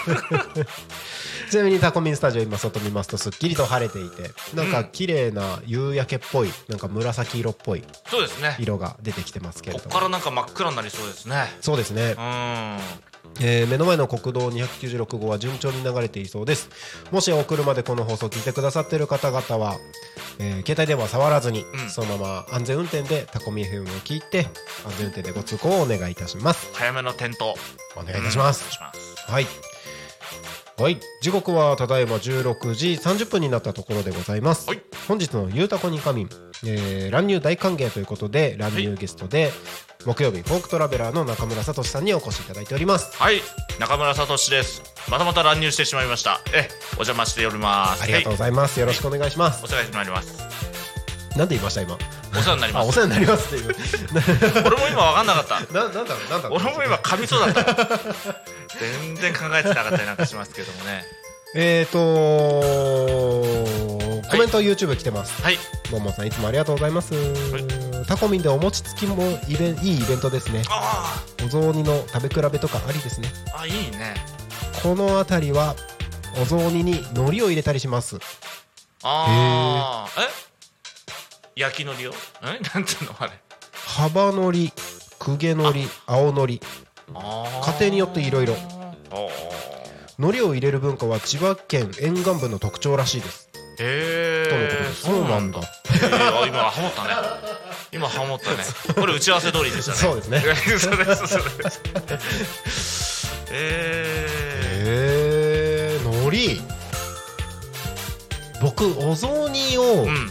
S1: ちなみにタコミンスタジオ今外見ますとすっきりと晴れていてなんか綺麗な夕焼けっぽいなんか紫色っぽい
S5: そうですね
S1: 色が出てきてますけれ
S5: こ
S1: ど
S5: っ
S1: も
S5: からなんか真っ暗になりそうですね
S1: そうですね
S5: う、ん
S1: えー目の前の国道296号は順調に流れていそうですもしお車でこの放送を聞いてくださっている方々は、えー携帯電話触らずに、
S5: うん
S1: そのまま安全運転でタコミ FM を聞いて安全運転でご通行をお願いいたします
S5: 早めの点灯
S1: お願いいたします、
S5: します
S1: はいはい時刻はただいま16時30分になったところでございます、
S5: はい
S1: 本日の「ゆうたこにかみん」えー乱入大歓迎ということで乱入ゲストで、木曜日フォークトラベラーの中村聡さんにお越しいただいております
S5: はい中村聡ですまたまた乱入してしまいましたええお邪魔しております
S1: ありがとうご
S5: はい
S1: ざいます。よろしくお願いします
S5: お。世話になります
S1: なんで言いました今。
S5: お世話になり
S1: あ、
S5: ま
S1: お
S5: す
S1: 世話になりますっていう。
S5: 俺も今分かんなかった
S1: な、なんだろう、なんだろう。
S5: 俺も今噛みそうだった全然考えてなかったりなんかしますけどもね
S1: えーとコメント YouTube 来てます。
S5: はい
S1: ももさんいつもありがとうございます。タコミンでお餅つきもイベンいいイベントですね。
S5: あ
S1: お雑煮の食べ比べとかありですね。
S5: ーあいいね
S1: この辺りはお雑煮に海苔を入れたりします。
S5: ああえ焼きのりをえなんていうのあれ
S1: 幅海苔、公家海苔、青海苔。
S5: あー
S1: 家庭によって色々
S5: おー
S1: 海苔を入れる文化は千葉県沿岸部の特徴らしいです。
S5: へ
S1: とのこと
S5: え
S1: です。そうなんだ。
S5: えーあ今ハモったね今ハモったねこれ打ち合わせ通りでしたね
S1: そうですね
S5: そうですそうですえ
S1: えー、海苔僕お雑煮
S5: ー
S1: を
S5: うん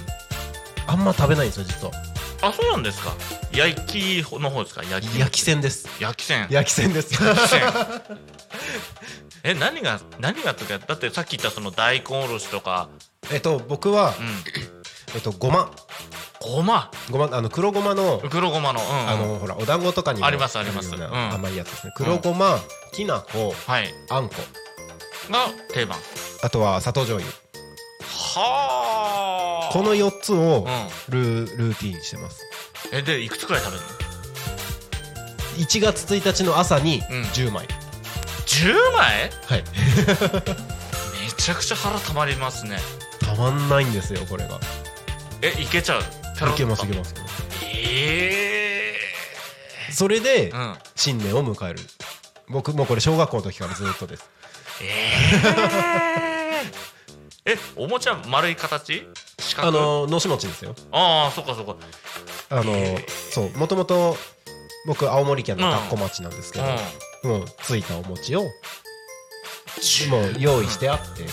S1: あんま食べないんですよ実は
S5: あそうなんですか焼きの方ですか焼き
S1: 焼きせんです
S5: 焼きせん
S1: 焼きせんです
S5: え何が何がとかだってさっき言ったその大根おろしとか
S1: えっと僕は
S5: う、ん
S1: えっと、ごま
S5: ごま
S1: ごまあの黒ごまの、
S5: 黒ごまのうんうん
S1: あのほらお団子とかにも
S5: ありますあります
S1: るよう
S5: うん
S1: な甘いやつですね黒ごま、きなこ
S5: はい
S1: あんこ
S5: が定番
S1: あとは砂糖醤油
S5: はあ
S1: この4つを
S5: うん
S1: ルールーティンにしてます
S5: えでいくつくらい食べるの
S1: 1月1日の朝に
S5: うん
S1: 10枚、
S5: 10枚
S1: はい
S5: めちゃくちゃ腹たまりますね
S1: たまんないんですよこれが
S5: えいけちゃう
S1: いけますいけ
S5: ま
S1: ます
S5: すえ
S1: それで、
S5: えー、うん
S1: 新年を迎える僕もうこれ小学校の時からずっとです
S5: ええー、えおもちゃ丸い形四角
S1: あののし餅ですよ
S5: ああそっかそっか
S1: あの
S5: へー
S1: そうもともと僕青森県の田子町なんですけど、
S5: う
S1: もうついたお餅を
S5: ん十
S1: もう用意してあって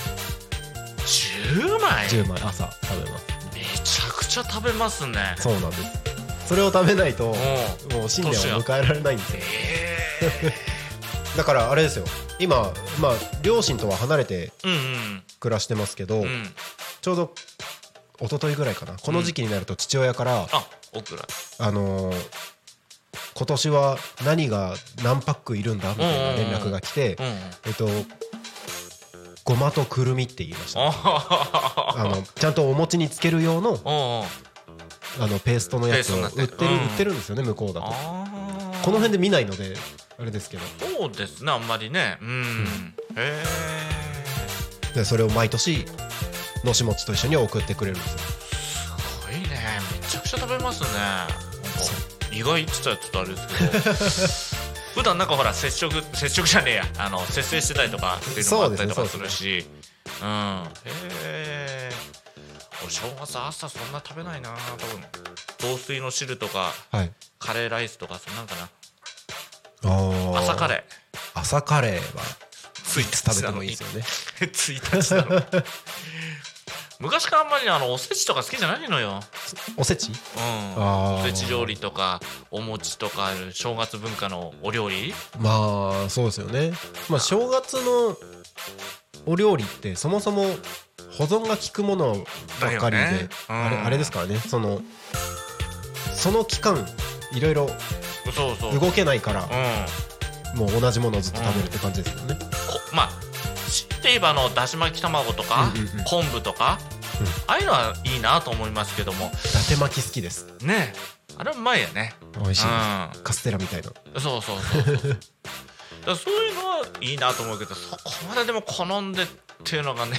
S5: 10枚
S1: 10枚朝食べます
S5: めちゃくちゃ食べますね
S1: そうなんですそれを食べないと
S5: う
S1: もう新年を迎えられないんですよ
S5: んえ
S1: だからあれですよ今まあ両親とは離れて
S5: ー、うん
S1: 暮らしてますけど、
S5: うんうん
S1: ちょうど一昨日ぐらいかなこの時期になると父親から、
S5: あオクラ
S1: あのー今年は何が何パックいるんだみたいな連絡が来て、
S5: うんうん
S1: えっとごまとくるみって言いました
S5: あ
S1: あのちゃんとお餅につける用の
S5: あうんう
S1: あ
S5: ん
S1: のペーストのやつを
S5: ペ
S1: 売
S5: ー
S1: っ
S5: ス
S1: て
S5: トにな
S1: る
S5: ってるうん
S1: 売ってるんですよね向こうだとこ
S5: あー
S1: の辺で見ないのであれですけど
S5: そうですねあんまりねうん、へえ
S1: でそれを毎年のしもちと一緒に送ってくれるんですよ
S5: すごいねめちゃくちゃ食べますねなんか意外って言ったらちょっとあれですけ ど普段なんかほら接触接触じゃねえやあの節制してたりとかっていうのもあったりとかす
S1: そう
S5: る
S1: で
S5: しうんへえ俺正月朝そんな食べないな多分雑炊の汁とか
S1: はい
S5: カレーライスとかそんなんか
S1: あ
S5: な朝カ
S1: レー
S5: レー
S1: 朝カレーは
S5: つい
S1: 食べてもいいですよね
S5: 1日 なの昔からあんまりねあのおせちとか好きじゃないのよ、
S1: おせち
S5: うん、
S1: あー
S5: おせち料理とかお餅とか正月文化のお料理
S1: まあそうですよねまあ正月のお料理ってそもそも保存が効くものばっかりで、
S5: だよねうん
S1: あれあれですからねそのその期間いろいろ
S5: そうそう、うん、こ
S1: 動けないからもう同じものをずっと食べるって感じですよね、
S5: まあしといえばあのだし巻き卵とか、
S1: うんうんうん
S5: 昆布とか、
S1: うん
S5: ああいうのはいいなと思いますけども
S1: 伊達巻き好きです
S5: ねえあれはうまいよね
S1: 美味しいです
S5: うん
S1: カステラみたいな
S5: そうそうそうそう だからそういうのはいいなと思うけどそこまででも好んでっていう のがね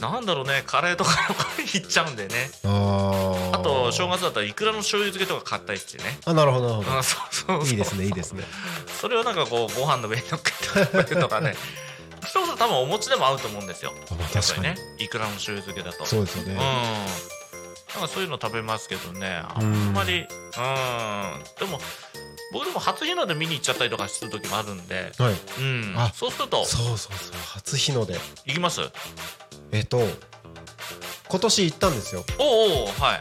S5: なんだろうねカレーとかの方にいっちゃうんでね
S1: あー
S5: あと正月だったらいくらの醤油漬けとか買ったりしてね
S1: あなるほどなるほ
S5: うんそうそう
S1: ど
S5: そう
S1: いいですねいいですね
S5: それをなんかこうご飯の上に乗っけてと かねそれこそ多分お餅でも合うと思うんですよ
S1: あまあ
S5: やっぱ
S1: 確
S5: り
S1: か
S5: ね
S1: に
S5: いくらの醤油漬けだと
S1: そうですよ
S5: うん
S1: ね
S5: なんかそういうの食べますけどねあ
S1: うん
S5: んまりうんでも僕でも初日の出見に行っちゃったりとかする時もあるんで
S1: はい
S5: うん
S1: あ
S5: そうすると
S1: そうそうそう初日の出
S5: 行きます
S1: えっと今年行ったんですよ
S5: おうおうはい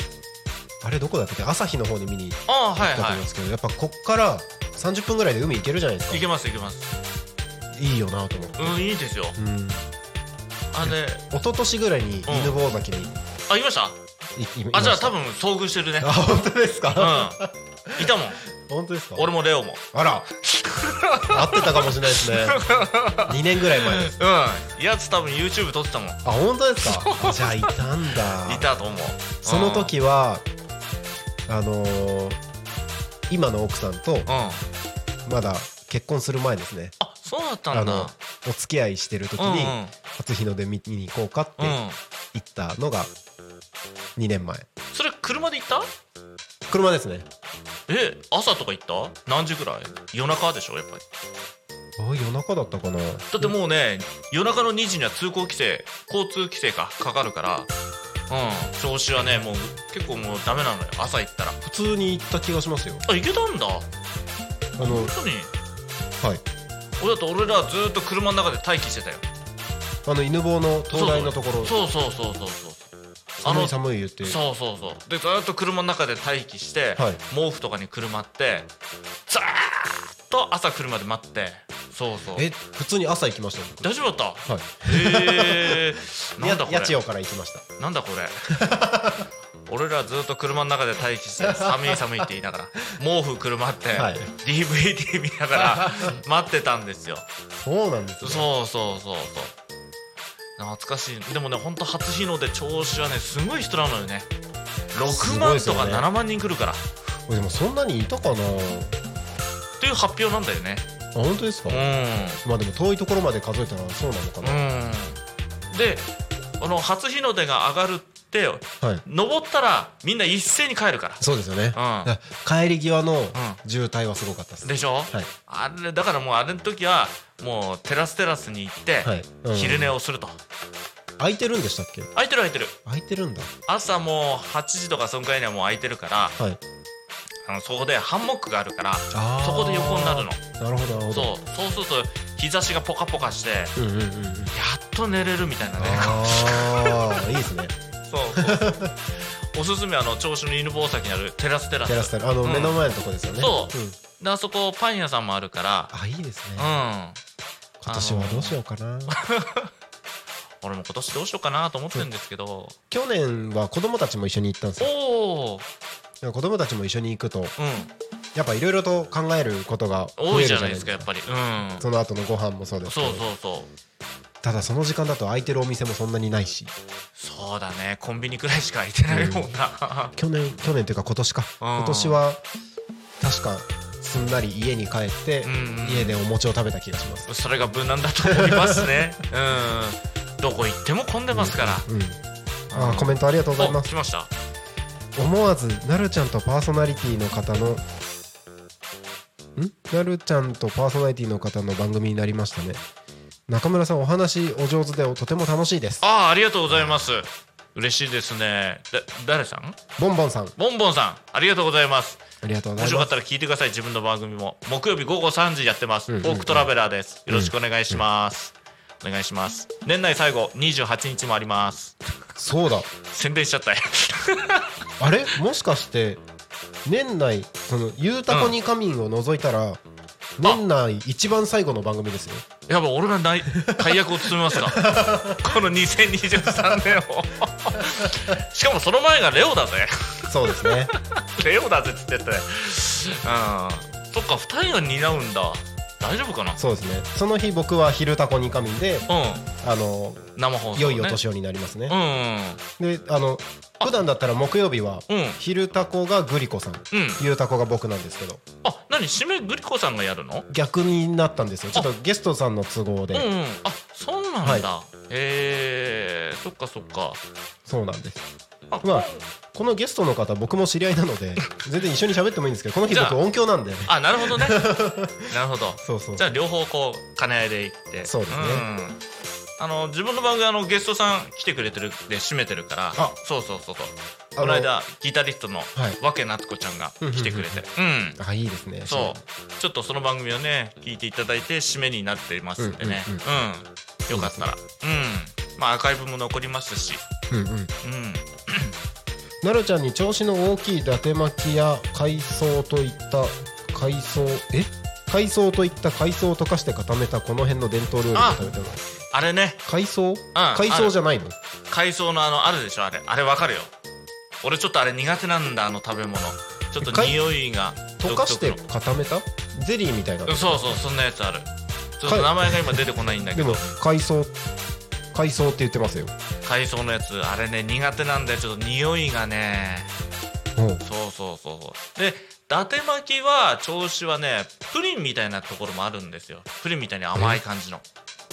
S1: あれどこだったっけ朝日の方で見に行っ
S5: ああは
S1: た
S5: い
S1: と思
S5: は
S1: うん
S5: い
S1: ですけどやっぱこっから30分ぐらいで海行けるじゃないですか
S5: 行けます行けます
S1: いいよなと思って
S5: うんいいですよ
S1: うん
S5: あで
S1: 一昨年ぐらいに犬吠埼に
S5: あ行きました
S1: いいいました
S5: あじゃあ多分遭遇してるね
S1: あ本当です
S5: うん
S1: か、
S5: いたもん
S1: 本当ですか
S5: 俺もレオも
S1: あら合ってたかもしれないですね2年ぐらい前です
S5: うんやつ多分 YouTube 撮ってたもん
S1: あ本当ですかじゃあいたんだ
S5: いたと思う
S1: その時はあのー今の奥さんと
S5: うんうんあ
S1: まだ結婚する前ですね
S5: そうだった
S1: あ
S5: んだ
S1: のお付き合いしてる時
S5: うんうん
S1: に初日の出見に行こうかって
S5: うん
S1: 行ったのが2年前
S5: それ車で行った
S1: 車ですね
S5: え朝とか行った何時ぐらい夜中でしょやっぱり
S1: あ夜中だったかな
S5: だってもうね夜中の2時には通行規制交通規制かかかるからうん調子はねもう結構もうダメなのよ朝行ったら
S1: 普通に行った気がしますよ
S5: あ行けたんだ本
S1: あの
S5: 当に
S1: はい
S5: 俺だって俺らずーっと車の中で待機してたよ
S1: あの犬坊の灯台のところ
S5: そうそうそうそうそうあ
S1: 寒
S5: の
S1: い寒い言って
S5: そうそうそうでずーっと車の中で待機して、
S1: はい
S5: 毛布とかにくるまってずーっと朝来るまで待ってそうそう
S1: え普通に朝行きましたよ僕
S5: 大丈夫だった
S1: はい
S5: へえなんだこ
S1: や八
S5: れ
S1: 千代から行きました
S5: なんだこれ 俺らずっと車の中で待 機して寒い寒いって言いながら毛布くるまって、
S1: はい
S5: DVD 見ながら待ってたんですよ
S1: そうなんです
S5: そ
S1: よ
S5: うそうそうそう懐かしいでもねほんと初日の出調子はねすごい人なのよね
S1: す
S5: 6
S1: ごい
S5: 万
S1: ですよ
S5: と
S1: ね
S5: か7万人来るから、
S1: でもそんなにいたかな
S5: っていう発表なんだよね
S1: あ本当ですか
S5: う
S1: まあでも遠いところまで数えたらそうなのか
S5: んうんでこの初日の出が上がるって
S1: なはい
S5: 登ったらみんな一斉に帰るから
S1: そうですよね
S5: うん
S1: だ帰り際の渋滞はすごかったです
S5: でしょ、
S1: はい
S5: あれだからもうあれの時はもうテラステラスに行って、
S1: はいうん
S5: 昼寝をすると
S1: 空いてるんでしたっけ
S5: 空いてる空いてる
S1: 空いてるんだ
S5: 朝もう8時とかそんくらいにはもう空いてるから
S1: はい
S5: あのそこでハンモックがあるか
S1: あ
S5: ら
S1: ー
S5: そこで横になるの
S1: なるほどなるほど
S5: そうそうすると日差しがポカポカしてや
S1: うんうんうんうん
S5: っと寝れるみたいなね
S1: ああいいです ね
S5: そうそうそう おすすめはあの銚子の犬吠埼にあるテラステラス
S1: テラスタイルあの
S5: うん
S1: 目の前のとこですよね
S5: そう
S1: うん
S5: であそこパン屋さんもあるから
S1: あいいです
S5: う
S1: ね
S5: ん
S1: 今年はどうしようかな
S5: 俺も今年どうしようかなと思ってるんですけど
S1: 去年は子供たちも一緒に行ったんですよ
S5: おお
S1: でも子供たちも一緒に行くと
S5: うん
S1: やっぱいろいろと考えることが増
S5: 多
S1: え
S5: い
S1: る
S5: じ
S1: じ
S5: ゃ
S1: ゃ
S5: な
S1: ないいですす
S5: でか
S1: か
S5: やっぱりうん
S1: その後のご飯もそうですけど
S5: そうそうそう
S1: ただその時間だと空いてるお店もそんなにないし
S5: そうだねコンビニくらいしか空いてないもんな
S1: 去年去年というか今年か
S5: うん
S1: 今年は確かすんなり家に帰って
S5: うんうん
S1: 家でお餅を食べた気がします
S5: それが無難だと思いますねうんどこ行っても混んでますから、
S1: うんあーコメントありがとうござい
S5: お
S1: ます
S5: 来ました
S1: 思わずなるちゃんとパーソナリティの方のんなるちゃんとパーソナリティの方の番組になりましたね中村さんお話お上手でとても楽しいです
S5: ああありがとうございます嬉しいですねだ誰さん
S1: ボンボンさん
S5: ボンボンさんありがとうございます
S1: ありがとうご
S5: も
S1: ざ
S5: し
S1: い
S5: よか
S1: ま
S5: っ
S1: す
S5: たら聞いてください自分の番組も木曜日午後3時やってます、
S1: うんうんうん
S5: オークトラベラーですよろしくお願いします、お願いします年内最後28日もあります
S1: そうだ
S5: 宣伝しち ゃったよ
S1: あれもしかして年内その「ゆうたこに仮眠」を除いたら、年内一番最後の番組ですよ
S5: やばい俺がない大役を務めますか この2023年をしかもその前がレオだぜ
S1: そうですね
S5: レオだぜっつってたようんそっか2人が担うんだ大丈夫かな
S1: そうですねその日僕は「昼タコにかみんで」
S5: う
S1: あの
S5: ん生放送、ね、
S1: 良いお年をになりますね
S5: う、ん
S1: であの普段だったら木曜日は
S5: うん
S1: 「昼タコ」がグリコさん
S5: うん
S1: 「ゆうタコ」が僕なんですけど
S5: あ何締めグリコさんがやるの
S1: 逆になったんですよちょっとゲストさんの都合
S5: うん
S1: で、
S5: うんあそうなんだ、へえそっかそっか
S1: そうなんです
S5: あ
S1: まあこのゲストの方僕も知り合いなの で全然一緒に喋ってもいいんですけどこの日僕音響なんで
S5: あなるほ どねなるほど
S1: そうそう
S5: じゃあ両方こう兼ね合いでいって
S1: そうですね
S5: んあの自分の番組あのゲストさん来てくれてるで締めてるから
S1: あ
S5: そうそうそうそう
S1: あ
S5: この間ギタリストの
S1: はい
S5: わけなつこちゃんが来てくれてうん
S1: あいいですね
S5: そうちょっとその番組をね聞いていただいて締めになっていますんでね
S1: う
S5: うんん
S1: うん
S5: よかったらうんまあアーカイブも残りますし
S1: う、うんうん、
S5: うん
S1: なるちゃんに調子の大きい伊達巻きや海藻といった海藻え海藻といった海藻を溶かして固めたこの辺の伝統料理を食べてます
S5: あれね
S1: 海藻海藻じゃないの
S5: 海藻のあのあるでしょあれあれわかるよ俺ちょっとあれ苦手なんだあの食べ物ちょっと
S1: かい
S5: 匂いが
S1: 溶かして
S5: 独特の
S1: 固めたゼリーみたいな
S5: うんそうそうそんなやつあるちょっと
S1: かい
S5: 名前が今出てこないんだけ
S1: で
S5: ど
S1: も海藻海藻って言ってますよ
S5: 海藻のやつあれね苦手なんだよちょっと匂いがね
S1: おう
S5: そうそうそうそうで伊達巻きは調子はねプリンみたいなところもあるんですよプリンみたいに甘い感じの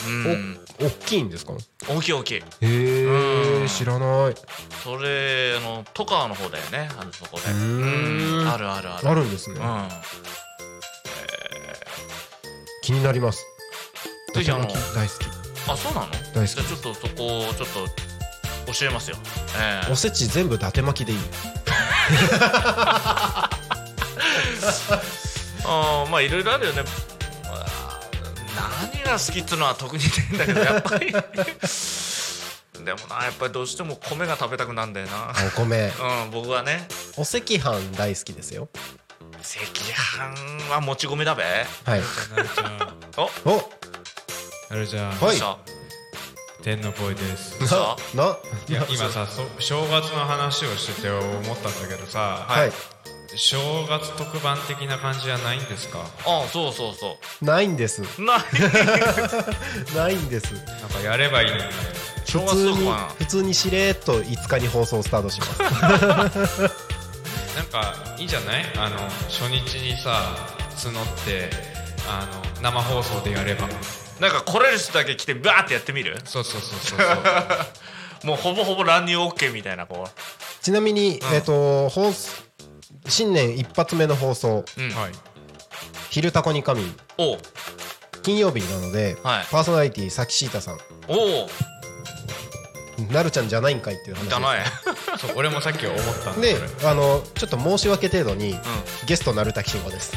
S5: うん
S1: お大きいんですかへ
S5: 大きい大きい
S1: え
S5: うん
S1: 知らない
S5: それあの戸川の方だよねあのそこで
S1: うーん
S5: うんあるあるある
S1: あるんですね
S5: うん
S1: 気になります
S5: ぜひあの
S1: 伊達巻き大好
S5: あそうなの
S1: 大好き
S5: じゃあちょっとそこをちょっと教えますよ、え
S1: きおせち全部伊達巻きでいい
S5: えあーまあいろいろあるよねまあ何が好きっつうのは特にねんだけどやっぱりでもなやっぱりどうしても米が食べたくなんだよな
S1: お米
S5: うん僕はね
S1: お赤飯大好きですよ
S5: 赤飯はもち米だべ
S1: はい
S6: なるちゃん、
S5: お
S1: お
S6: なるちゃん、
S1: はい
S5: さ
S6: 天の声です。
S5: さ
S1: な、
S6: いや今さそ正月の話をしてて思ったんだけどさ、
S1: はい、
S6: 正月特番的な感じじゃないんですか
S5: あそうそうそ
S1: ないんです。
S5: うない
S1: ないんです。
S6: なんかやればいいのにね
S5: 正
S1: 普通
S5: 月と
S1: に
S5: か
S1: 普通にしれーっと5日に放送スタートし ます。
S6: なんかいいじゃないあの初日にさ募ってあの生放送でやれば
S5: なんか来れる人だけ来てバーってやってみる
S6: そうそうそうそう そう
S5: もうほぼほぼ乱入 OK みたいなこう
S1: ちなみに、えっ、と放送新年一発目の放送
S5: うん、
S6: はい
S1: 「昼タコに神
S5: おう」
S1: 金曜日なので、
S5: はい
S1: パーソナリティサキシータさん
S5: おう
S1: 「なるちゃんじゃないんかい」っていう話
S5: じ ゃない
S6: そう俺もさっき思ったんだ
S1: で
S6: それ
S1: あのちょっと申し訳程度に、ゲストなるたきしんごです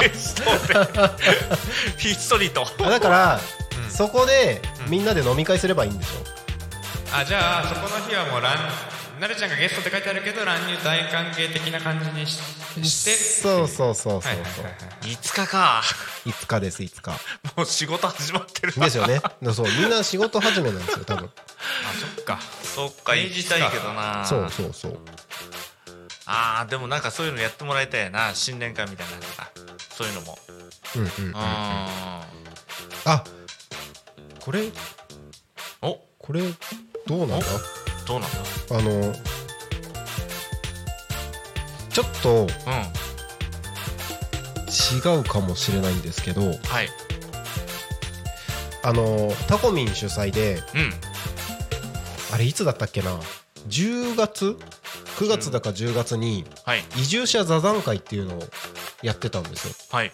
S5: ゲストでひっそりと
S1: あだから、
S6: うん
S1: そこで、みんなで飲み会すればいいんでしょ
S6: あじゃあそこの日はもう乱なるちゃんがゲストって書いてあるけど乱入大歓迎的な感じにしして
S1: そうそうそうそうそう、
S6: はいはいはいはい
S5: 5日か
S1: 5日です5日
S5: もう仕事始まってるな
S1: ですよねそうみんな仕事始めなんですよ多分
S6: あそっか
S5: そっか言いたいけどな
S1: そうそうそう
S5: あーでもなんかそういうのやってもらいたいな新年会みたいなのかそういうのも
S1: うんうん
S5: うんお
S1: あこれこれどうなんだ
S5: どうなんだ
S1: あのちょっと
S5: うん
S1: 違うかもしれないんですけど
S5: はい
S1: あのタコミン主催で
S5: うん
S1: あれいつだったっけな10月9月だか10月に
S5: はい
S1: 移住者座談会っていうのをやってたんですよ
S5: はい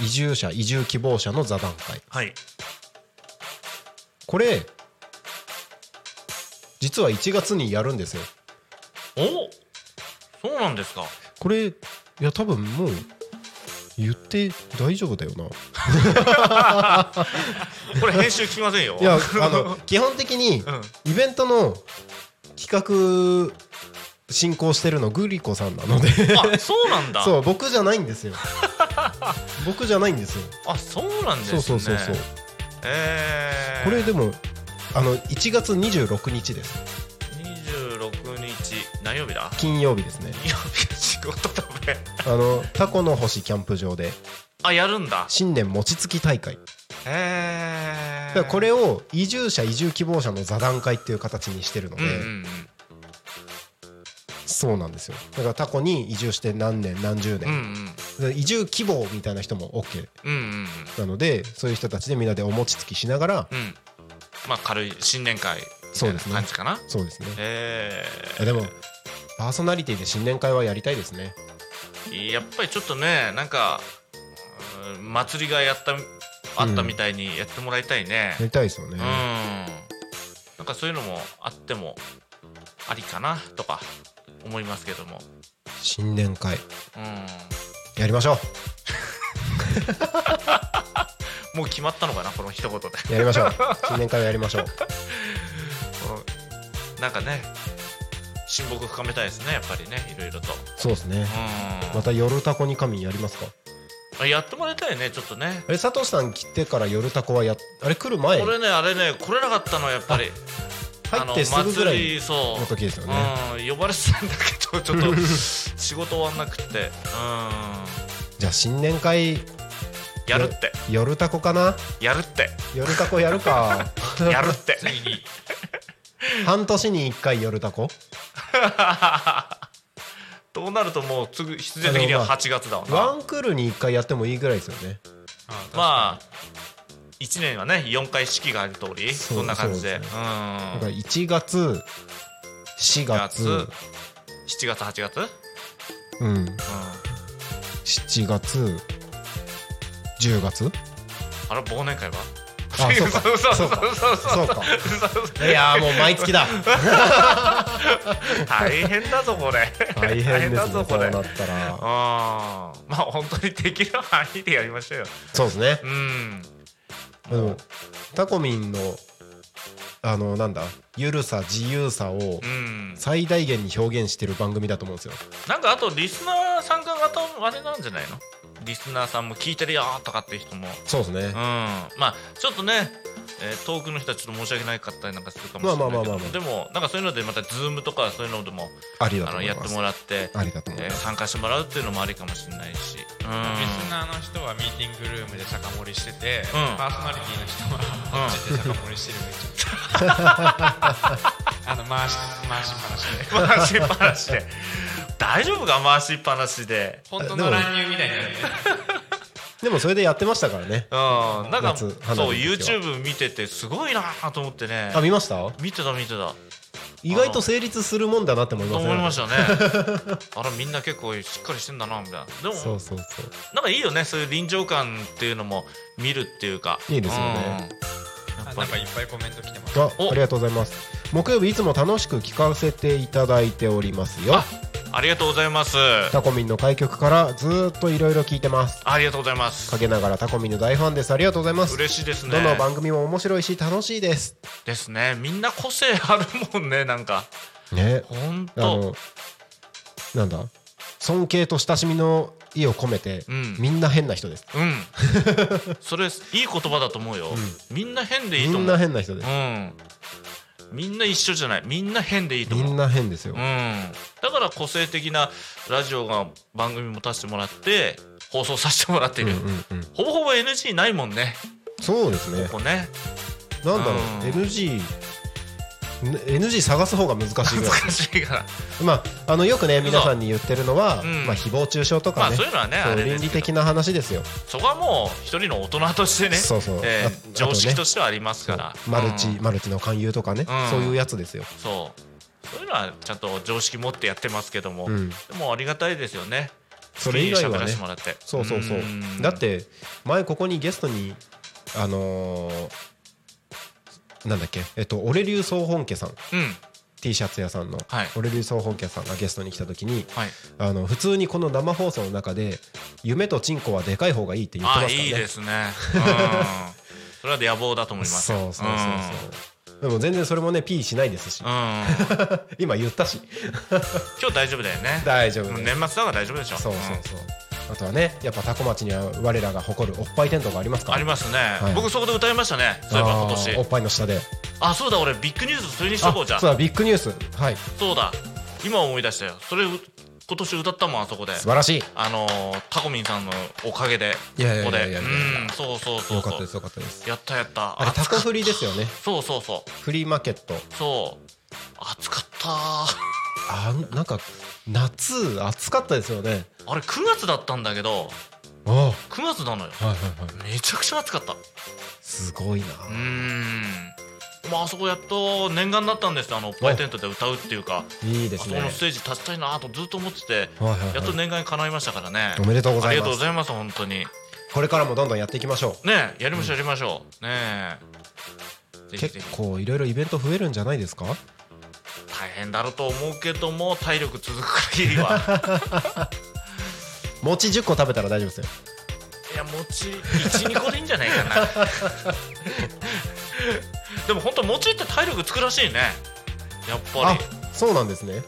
S1: 移住者移住希望者の座談会
S5: はい
S1: これ実は1月にやるんですよ
S5: おそうなんですか
S1: これいや多分もう言って大丈夫だよな
S5: これ編集聞きませんよ
S1: いやあの基本的に
S5: うん
S1: イベントの企画進行してるのグリコさんなので
S5: あそうなんだ
S1: そう僕じゃないん ですよ僕じゃないんですよ
S5: あそうなんです
S1: そう
S5: ね
S1: そうそうそう
S5: えー、
S1: これでもあの1月26日です
S5: 26日何曜日だ
S1: 金曜日ですね
S5: いや、仕ってことだね
S1: あのタコの星キャンプ場で
S5: あやるんだ
S1: 新年餅つき大会だ
S5: へえ
S1: からこれを移住者移住希望者の座談会っていう形にしてるの
S5: う
S1: で、
S5: んうん
S1: そうなんですよだからタコに移住して何年何十
S5: うんうん
S1: 年、で移住希望みたいな人も OK
S5: うんうんうん
S1: なのでそういう人たちでみんなでお餅つきしながら
S5: うんうんまあ軽い新年会み
S1: そ
S5: た
S1: う
S5: い
S1: で
S5: な
S1: すね
S5: 感じかな
S1: そうですね
S5: え
S1: いやでもパーソナリティで新年会はやりたいですね
S5: ー、やっぱりちょっとねなんかうん祭りがやったあったみたいにやってもらいたいね、
S1: やりたいですよね、
S5: うん、なんかそういうのもあってもありかなとか思いますけども、
S1: 新年会
S5: うん、
S1: やりましょ
S5: もう決まったのかなこの一言で
S1: うやりまし ょう新年会はやりましょう
S5: うんなんかね親睦深めたいですねやっぱりねいろいろと、
S1: そうですねま
S5: う
S1: た夜タコに神やりますか
S5: んやってもらいたいねちょっとね
S1: あれ佐藤さん来てから夜タコはやあれ来る前
S5: これねあれね来れなかったのやっぱり
S1: 入ってすぐぐらい
S5: あの祭りそう
S1: の時ですよね
S5: うん、呼ばれてたんだけどちょ っと仕事終わんなくってうん
S1: じゃあ新年会
S5: やるって
S1: 夜タコかな
S5: やる って
S1: 夜タコやるか
S5: やるって
S6: ついに
S1: 半年に1回夜タコ
S5: どうなるともうすぐ必然的には8月だわな、ま
S1: ワ
S5: あ
S1: ンクールに1回やってもいいぐらいですよね
S5: 1年はね4回式がある通り
S1: そ
S5: そうそんな感じで
S1: そう
S5: う
S1: ですなん
S5: ん
S1: か1月4
S5: 4
S1: 月
S5: 7月8月、うん、
S1: うん7月10月
S5: あれ忘年会は
S1: あそうか
S5: そう
S1: そ
S5: そうう
S1: か
S5: そうそう
S1: そうかいやーもう毎月だ
S5: 大変だぞこれ
S1: 大変ですね
S5: 大
S1: そう
S5: これ
S1: な
S5: うん
S1: ったら
S5: まあ本当にできる範囲でやりましょうよ
S1: そうですね
S5: うん
S1: でもタコミンのあのなんだゆるさ自由さを
S5: うん
S1: 最大限に表現してる番組だと思うんですよ
S5: なんかあとリスナー参加型もあれなんじゃないのリスナーさんも聞いてるよーとかって人も
S1: そうです
S5: うん
S1: ね
S5: まあちょっとね、えー遠くの人はちょっと申し訳ないかったりなんかするかもしれ
S1: ま
S5: な
S1: あ
S5: い
S1: まあま
S5: け
S1: あまあ
S5: ど
S1: まあ
S5: でもなんかそういうのでまたズームとかそういうのでも
S1: ありだ
S5: あ
S1: と
S5: の
S1: 思い
S5: やって
S1: ます
S5: もらって、
S1: ありだと思い
S5: えー
S1: ます
S5: 参加してもらうっていうのもありかもしれないしうん
S6: リスナーの人はミーティングルームで酒盛りしてて、
S5: うん
S6: パーソナリティの人はこっちで酒盛りしてるんですよ あの回し回しっぱなしで
S5: 回しっぱなしで大丈夫か回しっぱなしで
S6: 本当の乱入みたいになるね
S1: でもそれでやってましたからね
S5: うんなんかそう
S1: 夏花火の時は
S5: YouTube 見ててすごいなーと思ってね
S1: あ見ました
S5: 見てた見てた
S1: 意外と成立するもんだなって思いま
S5: と
S1: す
S5: 思いましたたねあらみんな結構しっかりしてんだなみたいなでも
S1: そうそうそう
S5: なんかいいよねそういう臨場感っていうのも見るっていうか
S1: いいですよね、
S5: うんや
S6: あ
S5: っぱ
S6: なん
S5: り
S6: かいっぱいコメント来てます
S1: あ
S5: お
S1: ありがとうございます木曜日いつも楽しく聞かせていただいておりますよ
S5: あありがとうございます
S1: タコミンの開局からずーっといろいろ聞いてます
S5: ありがとうございます
S1: 陰ながらタコミンの大ファンですありがとうございます
S5: 嬉しいですね
S1: どの番組も面白いし楽しいです
S5: ですねみんな個性あるもんねなんか
S1: ね
S5: ほん
S1: あ
S5: と
S1: のなんだ尊敬と親しみの意を込めて、
S5: うん
S1: みんな変な人です
S5: うんそれいい言葉だと思うよ、みんな変でいい
S1: み
S5: と思うん
S1: な変な人です、
S5: うんみんな一緒じゃないみんな変でいいと思う
S1: みんな変ですよ、
S5: うん、だから個性的なラジオが番組持たせてもらって放送させてもらって
S1: うんう
S5: る、
S1: んうん、
S5: ほぼほぼ NG ないもんね
S1: そうですね
S5: ここね
S1: なんだろう、
S5: うん
S1: NG ね NG 探す方が難しい ぐらい
S5: 難しいから
S1: まああのよくね皆さんに言ってるのは、
S5: うん
S1: まあ、誹謗中傷と
S5: ま
S1: か
S5: あ
S1: ね、
S5: そういうのはね
S1: そう
S5: あれで
S1: 倫
S5: す
S1: 理
S5: けど
S1: 的な話ですよ
S5: そこはもう一人の大人としてね
S1: そうそう
S5: え
S1: あ
S5: ー
S1: あとね
S5: 常識としてはありますから
S1: マルチ、
S5: うん
S1: マルチの勧誘とかね、
S5: うん
S1: そういうやつですよ、
S5: そうそういうのはちゃんと常識持ってやってますけども、
S1: うん、
S5: でもありがたいですよね
S1: それ以外は
S5: 好きに喋ら
S1: ね
S5: せてもらって
S1: そうそうそう
S5: うん
S1: だって前ここにゲストにあのーなんだっけえっと俺流総本家さん
S5: うん
S1: T シャツ屋さんの、
S5: はい
S1: 俺流総本家さんがゲストに来た時に
S5: はい
S1: あの普通にこの生放送の中で夢とチンコはでかい方がいいって言って
S5: あ
S1: ますからね
S5: いいですね、うん、それは野望だと思います
S1: そう
S5: よ
S1: そうそうそうでも全然それもねピーしないですし
S5: うん、うん
S1: 今言ったし
S5: 今日大丈夫だよね
S1: 大丈夫
S5: もう
S1: です
S5: 年末だから大丈夫でしょ
S1: そうそうそうあとはねやっぱタコ町には我らが誇るおっぱいテントがありますか
S5: ん
S1: ら
S5: ありますね、
S1: い
S5: 僕そこで歌いましたねそういえば今
S1: あーおっ
S5: 年
S1: ぱいの下で
S5: あそうだ俺ビッグニュースそれにしとこうじゃん
S1: そ
S5: そ
S1: う
S5: う
S1: だビッグニュースはい
S5: だ今思い出したよそれ今年歌ったもんあそこで
S1: 素晴らしい
S5: あのータコミンさんのおかげで
S1: いやいやいや
S5: ここで
S1: いやいやいや
S5: うんそうそうそう
S1: よかった
S5: そ
S1: で
S5: う
S1: すよかったです
S5: やったやった
S1: あれタコフリですよね
S5: そうそうそ
S1: フリーマーケット
S5: うそう暑かったー
S1: あなんか夏暑かったですよね
S5: あれ9月だったんだけど
S1: あはい
S5: 9月なのよ
S1: はいはい
S5: めちゃくちゃ暑かったう
S1: すごいな
S5: ーんまああそこやっと念願だったんですよあのおっぱいテントで歌うっていうか
S1: いい
S5: あ
S1: で
S5: そ
S1: す
S5: こ
S1: ね
S5: のステージ立ちたいなとずっと思ってて、
S1: はいはい
S5: やっと
S1: はい
S5: 念願叶いましたからね
S1: おめでとうご
S5: あ
S1: ざ
S5: り
S1: い
S5: がと
S1: ま
S5: うご
S1: す
S5: ざいます本当に
S1: これからもどんどんやっていきましょ
S5: ねえやりましょうやりましょう、ねえ
S1: う
S5: ぜひぜ
S1: 結
S5: ひ
S1: 構いろいろイベント増えるんじゃないですか
S5: 大変だろうと思うけども体力続く限りは
S1: 餅10個食べたら大丈夫ですよ
S5: いや餅12個でいいんじゃないか なでも本当餅って体力つくらしいねやっぱ
S1: あ
S5: り
S1: そうなんですね
S5: だっ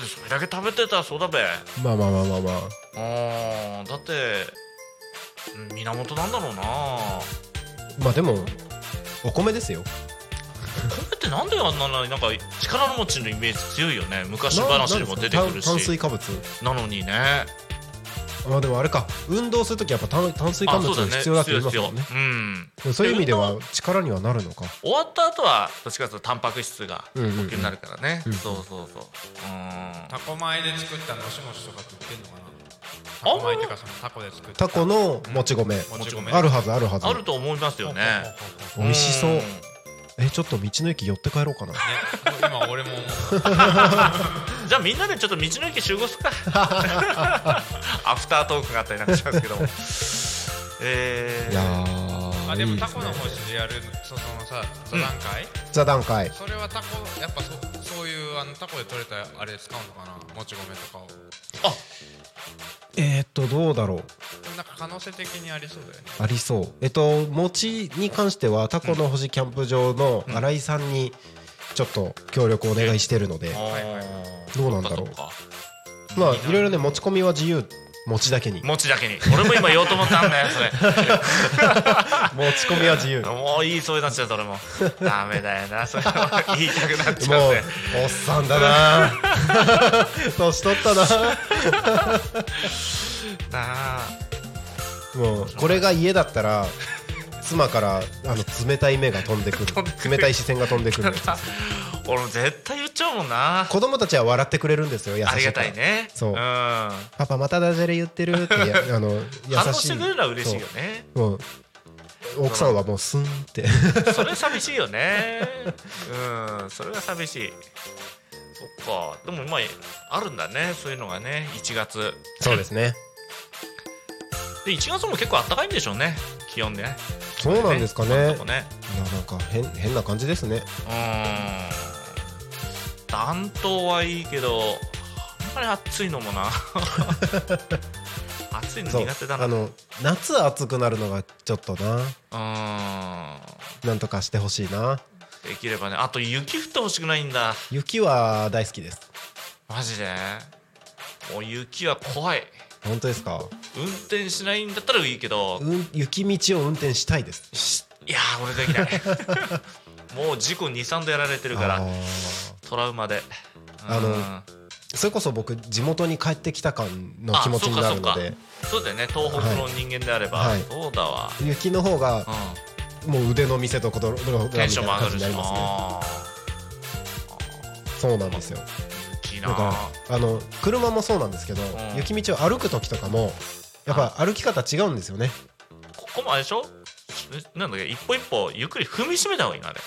S5: てそれだけ食べてたらそうだべ
S1: まあまあまあまあまあ
S5: うんだってうん源なんだろうな
S1: まあでもお米ですよ
S5: 米ってなんであんななんか力持ちのイメージ強いよね昔
S1: な
S5: 話にも出てく
S1: なんで
S5: る
S1: すか炭炭水
S5: し
S1: 化物
S5: なのにね
S1: まあでもあれか運動するときやっぱ炭炭水化
S5: あ
S1: 物
S5: そうだね
S1: 必要だって言います
S5: 必要
S1: もんね
S5: 必要うん
S1: そういう意味では力にはなるのか
S5: 終わった後はどっちかというとタンパク質が
S1: うんうんうん
S5: 補給になるからね、
S1: うん
S5: そうそうそううん
S6: タコ米で作ったのしもしとかって言ってんのか
S5: あ
S6: なんタ
S5: ま
S6: コ米っていうかそのタコで作っ
S1: タ
S6: た
S1: コのもち米
S6: もち米
S1: あるはずあるはず
S5: あると思いますよね
S1: 美味しそうんえちょっと道の駅寄って帰ろうかな
S6: ね今俺も思った
S5: じゃあみんなでちょっと道の駅集合す っかアフタートークがあったりなんかしますけ どもえー、
S1: いやー
S6: あでも
S1: いい
S6: タ
S1: す
S6: コ
S1: ね
S6: の星でやるそそのさ座談会、
S1: 座談会
S6: それはタコやっぱそそういうあのタコで取れたあれ使うのかなもち米とかを
S5: あ
S1: えー、っとどうだろう
S6: なんか可能性的にありそうだよね
S1: ありそうえっと餅に関してはタコの星キャンプ場の新井さんにちょっと協力お願いしてるので
S5: あ
S6: はいはい
S5: ー
S1: どうなんだろう
S5: そっか
S1: まあいろいろね持ち込みは自由餅だけに持
S5: 持ちだけに俺も今言おうと思ったんだよそれ
S1: ち込みは自由も
S5: もういいそうになっちゃうそれもダメだよなそれは言いたくなっちゃう
S1: う
S5: ね
S1: おっさんだな 年取ったな
S5: なあ
S1: もうこれが家だったら妻からあの冷たい目が飛んでくる冷たい視線が飛んで くる
S5: 俺も絶対言っちゃうもんな
S1: 子供たちは笑ってくれるんですよ優しいから
S5: ありがたいね
S1: そうん
S5: 反
S1: パパまたダジャレ言ってるって やあの優しい
S5: 応してくれるのは嬉しいよね
S1: そううん奥さんはもうスンって
S5: それ寂しいよ ねうんそれは寂しいそっかでも今あるんだねそういうのがね1月
S1: そうですね
S5: で1月も結構暖かいんでしょうね気温でね
S1: そうなんですかねい
S5: 今
S1: や
S5: のとこね
S1: なんか変変な感じですね
S5: うーん暖冬はいいけどあんまり暑い のもな暑いの
S1: そう
S5: 苦手だな
S1: あ
S5: う
S1: の夏暑くなるのがちょっとな
S5: ーん
S1: なんとかしてほしいな
S5: できればねあと雪降ってほしくないんだ
S1: 雪は大好きです
S5: マジでもう雪は怖い
S1: 本当ですか
S5: 運転しないんだったらいいけど
S1: うん雪道を運転したいです
S5: しいやー俺できない もう事故23度やられてるか
S1: あ
S5: ら
S1: ー
S5: トラウマで
S1: あの
S5: うん
S1: それこそ僕地元に帰ってきた感の気持ちになるので
S5: そうだよね東北の人間であれば、
S1: はい
S5: そうだわ、
S1: 雪の方が
S5: う、
S1: もう腕の見せ所みたいなん
S5: テンションも上が
S1: 感
S5: る
S1: じに
S5: し
S1: なりますね
S5: あ
S1: そうなんですよ
S5: ー雪な
S1: だからあの車もそうなんですけど、
S5: ん
S1: 雪道を歩く時とかもやっぱ歩き方違うんですよね
S5: ここもあれでしょえなんだっけ一歩一歩ゆっくり踏みしめた方がいいなあれ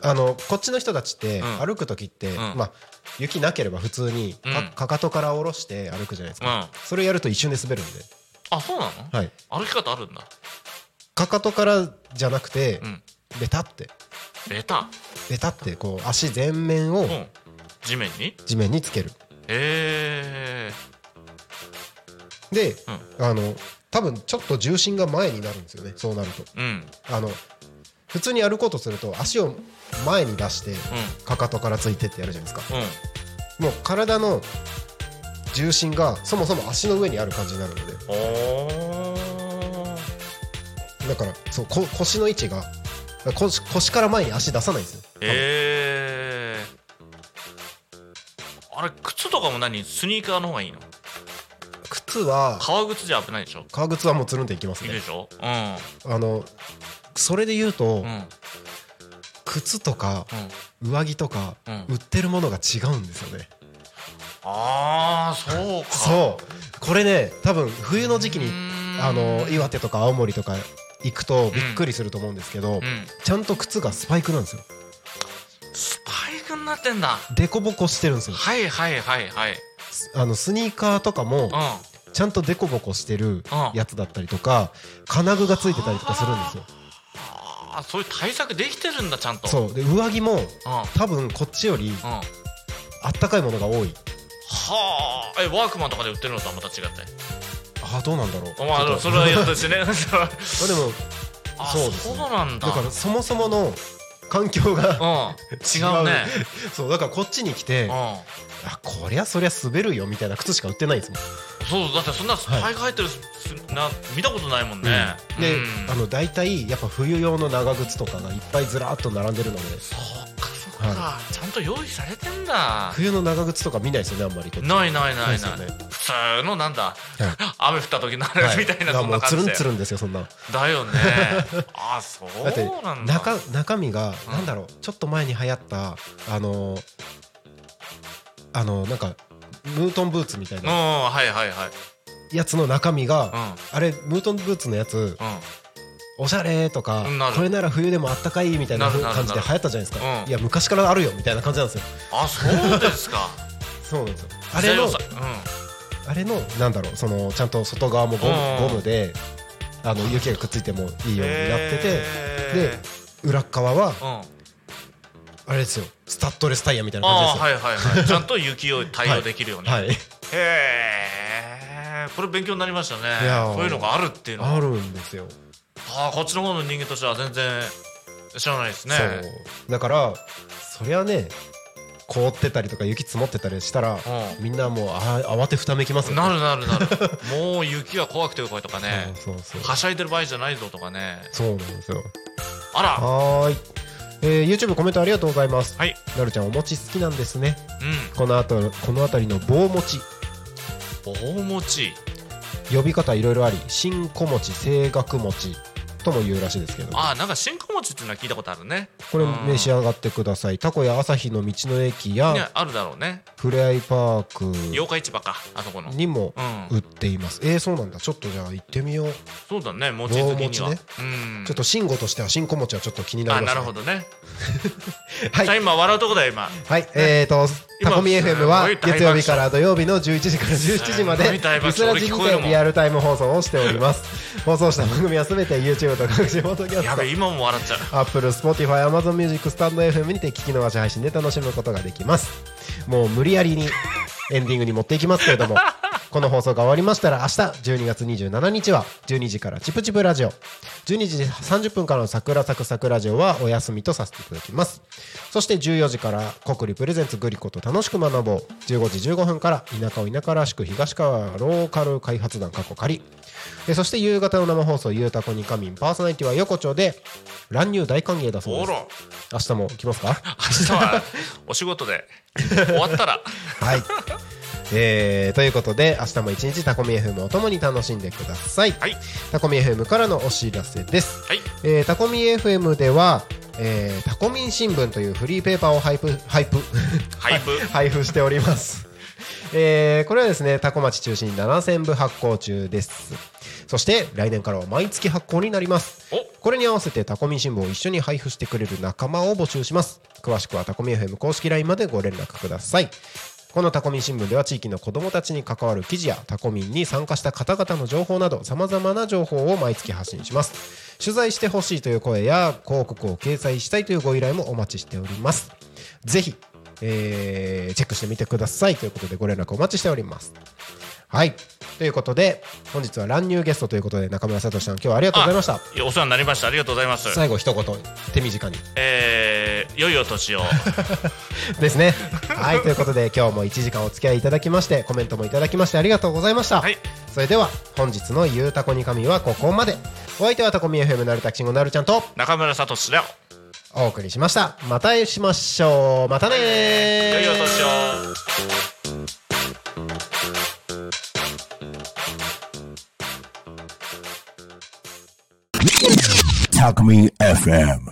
S1: あのこっちの人たちって
S5: うん
S1: 歩く時って、
S5: ん
S1: まあ雪なければ普通にか,、
S5: うん
S1: かとから下ろして歩くじゃないです
S5: うん
S1: か、それやると一瞬で滑るんで、
S5: あそうなの、
S1: はい、
S5: 歩き方あるんだ
S1: かかとからじゃなくて、
S5: うん
S1: ベタって
S5: ベタ
S1: ベタってこう足全面を
S5: うん地面に
S1: 地面につける、
S5: え
S1: で、
S5: う
S1: あの多分ちょっと重心が前になるんですよねそうなると
S5: えー、うん
S1: あの普通に歩こうとすると足を前に出して
S5: う
S1: かかとからついてってやるじゃないですか
S5: んうん
S1: もう体の重心がそもそも足の上にある感じになるので
S5: おー
S1: だからそうこ腰の位置が腰腰から前に足出さないんですよ、
S5: えー、あれ靴とかも何スニーカーの方がいいの
S1: 靴は
S5: 革靴じゃ危ないでしょ
S1: 革靴はもうつるんでいきます
S5: いる
S1: ね
S5: でしょうん
S1: あのそれで言うと、
S5: うん
S1: 靴とか
S5: うん
S1: 上着とか、
S5: うん
S1: 売ってるものが違うんですよね
S5: ああそうか
S1: そうこれね多分冬の時期
S5: う
S1: に
S5: ーん
S1: あの岩手とか青森とか行くとびっくりすると思うんですけど、
S5: うん
S1: ちゃんと靴がスパイクなんですよ
S5: スパイクになってんだ
S1: デコボコしてるんですよ
S5: はいはいはいはい
S1: すあのスニーカーとかも
S5: う
S1: ちゃんとデコボコしてる
S5: うん
S1: やつだったりとか金具がついてたりとかするんですよ
S5: んああそういう対策できてるんだちゃんとう
S1: そうで上着も
S5: うんうん
S1: 多分こっちより
S5: は
S1: あったかいものが多い
S5: あえワークマンとかで売ってるのとはまた違って
S1: ああどうなんだろう
S5: まあ
S1: ちょっと
S5: それ はやったしねそれは
S1: でも
S5: あ
S1: そうです
S5: そ
S1: ね
S5: うなんだ
S1: だからそもそもの環境が
S5: うん違うね
S1: そうだからこっちに来て
S5: うん
S1: あこりゃそりゃ滑るよみたいな靴しか売ってないんですもん
S5: そうだってそんなスパイク入ってるす、な見たことないもんね、うん、
S1: で、あの大体やっぱ冬用の長靴とかがいっぱいずらーっと並んでるので
S5: そっかそっか、
S1: は
S5: ちゃんと用意されてんだ
S1: 冬の長靴とか見ないですよねあんまりこっち
S5: ないないない
S1: そう
S5: な
S1: で
S5: い
S1: すよ ね
S5: 普通のなんだ、
S1: はい
S5: 雨降った時のあれ
S1: は
S5: みたいな、
S1: だから
S5: そん
S1: も
S5: な
S1: うつる
S5: 感じ
S1: ん
S5: で
S1: つるんですよそんな
S5: だよねあそう
S1: だって
S5: なんだ
S1: 中中身が
S5: うん
S1: なんだろうちょっと前に流行ったあのーあのーなんかムートンブーツみたい
S5: うん
S1: な
S5: はいはいはい
S1: やつの中身
S5: う
S1: が
S5: ん
S1: あれムートンブーツのやつ
S5: う
S1: おしゃれとか
S5: うんなる
S1: これなら冬でもあったかいみたいな
S5: なるなる
S1: 感じで
S5: なる
S1: 流行ったじゃないですか
S5: うん
S1: いや昔からあるよみたいな感じなんですよ
S5: んあそうですか
S1: そうなんですよ あれの
S5: 時代をさう
S1: あれのなんだろうそのちゃんと外側もゴ
S5: うん
S1: ムゴムであの雪がくっついてもいい
S5: ん
S1: ようになってて、
S5: へ
S1: で裏っ側は
S5: ーうん
S1: あれですよスタッドレスタイヤみたいな感じ
S5: あー
S1: で
S5: はいは いはいちゃんと雪を対応できるように、
S1: すよはい、
S5: へえこれ勉強になりましたね
S1: いやー
S5: そういうのがあるっていうのは
S1: あるんですよ、
S5: ああこっちの方の人間としては全然知らないですね
S1: そうだからそりゃね凍ってたりとか雪積もってたりしたら、
S5: う
S1: みんなもうあー慌てふためきますよ、ね、
S5: なるなるなるもう雪が怖くてうかいとかね
S1: そうそうそう
S5: はしゃいでる場合じゃないぞとかね
S1: そうなんですよ
S5: あら
S1: はーい、えー、YouTube コメントありがとうございます、
S5: はい
S1: なるちゃんお餅好きなんですね
S5: うん
S1: このあとこの辺りの棒餅
S5: 棒餅
S1: 呼び方いろいろあり新小餅正学餅とも言うらしいですけど
S5: ああなんか新小餅っていうのは聞いたことあるね
S1: これ
S5: うん
S1: 召し上がってくださいタコや朝日の道の駅
S5: ね
S1: や
S5: あるだろうね
S1: ふれあいパー
S5: 八日市場かあそこの
S1: クにも
S5: うん
S1: 売っていますえー、そうなんだちょっとじゃあ行ってみよう
S5: そうだね餅好きには
S1: 棒餅ね
S5: うん
S1: ちょっと慎吾としては新小餅はちょっと気にな
S5: あ
S1: りま
S5: な
S1: す、ね、
S5: るほどね
S1: はい
S5: さあ今笑うとこだよ今
S1: はい、えーと、タ
S5: 今
S1: コミ FM は
S5: すごい大爆笑
S1: 月曜日から土曜日の11時から17時まです
S5: ごい大爆笑
S1: リスラジに
S5: 俺聞こえる
S1: て
S5: もん
S1: リアルタイム放送をしております。放送した番組はすべて YouTube と各種ポッドキャス
S5: や
S1: ト
S5: べ、今も笑っちゃう
S1: アップル、スポティファイ、アマゾンミュージック、スタンド FM にて聞き逃し配信で楽しむことができます。もう無理やりにエンディングに持っていきますけれども、この放送が終わりましたら明日12月27日は12時からチプチプラジオ、12時30分からの桜咲く桜ジオはお休みとさせていただきます。そして14時から国立プレゼンツグリコと楽しく学ぼう、15時15分から田舎を田舎らしく東川ローカル開発団過去仮、えそして夕方の生放送ゆうたこにかみんパーソナリティは横丁で乱入大歓迎だそうで
S5: お
S1: す。
S5: ろ
S1: 明日も来ますか
S5: 明日はお仕事で終わったら
S1: はい。えー、ということで明日も一日タコミ FM をともに楽しんでください、
S5: はい
S1: タコミ FM からのお知らせです、
S5: はい
S1: えー、タコミ FM では、えー、タコミン新聞というフリーペーパーを配布配布
S5: 配布
S1: 配布しておりますえー、これはですねタコ町中心に7000部発行中ですそして来年からは毎月発行になります
S5: お
S1: これに合わせてタコミ新聞を一緒に配布してくれる仲間を募集します詳しくはタコミ FM 公式 LINE までご連絡くださいこのタコミ新聞では地域の子どもたちに関わる記事やタコミンに参加した方々の情報などさまざまな情報を毎月発信します取材してほしいという声や広告を掲載したいというご依頼もお待ちしておりますぜひ、えーチェックしてみてくださいということでご連絡お待ちしておりますはいということで本日は乱入ゲストということで中村聡さん今日はありがとうございました
S5: いやお世話になりましたありがとうござい ます
S1: 最後一言手短に
S5: えー、良いお年 を
S1: です ねはいということで今日も1時間お付き合いいただきましてコメントもいただきましてありがとうございました、
S5: はい
S1: それでは本日の「ゆうたこに神」はここまでお相手はタコミ FM なるたきしんごなるちゃんと
S5: 中村聡で
S1: お送りしましたまたしましょうまたねー
S5: 良いお年を。
S7: Talk Me FM.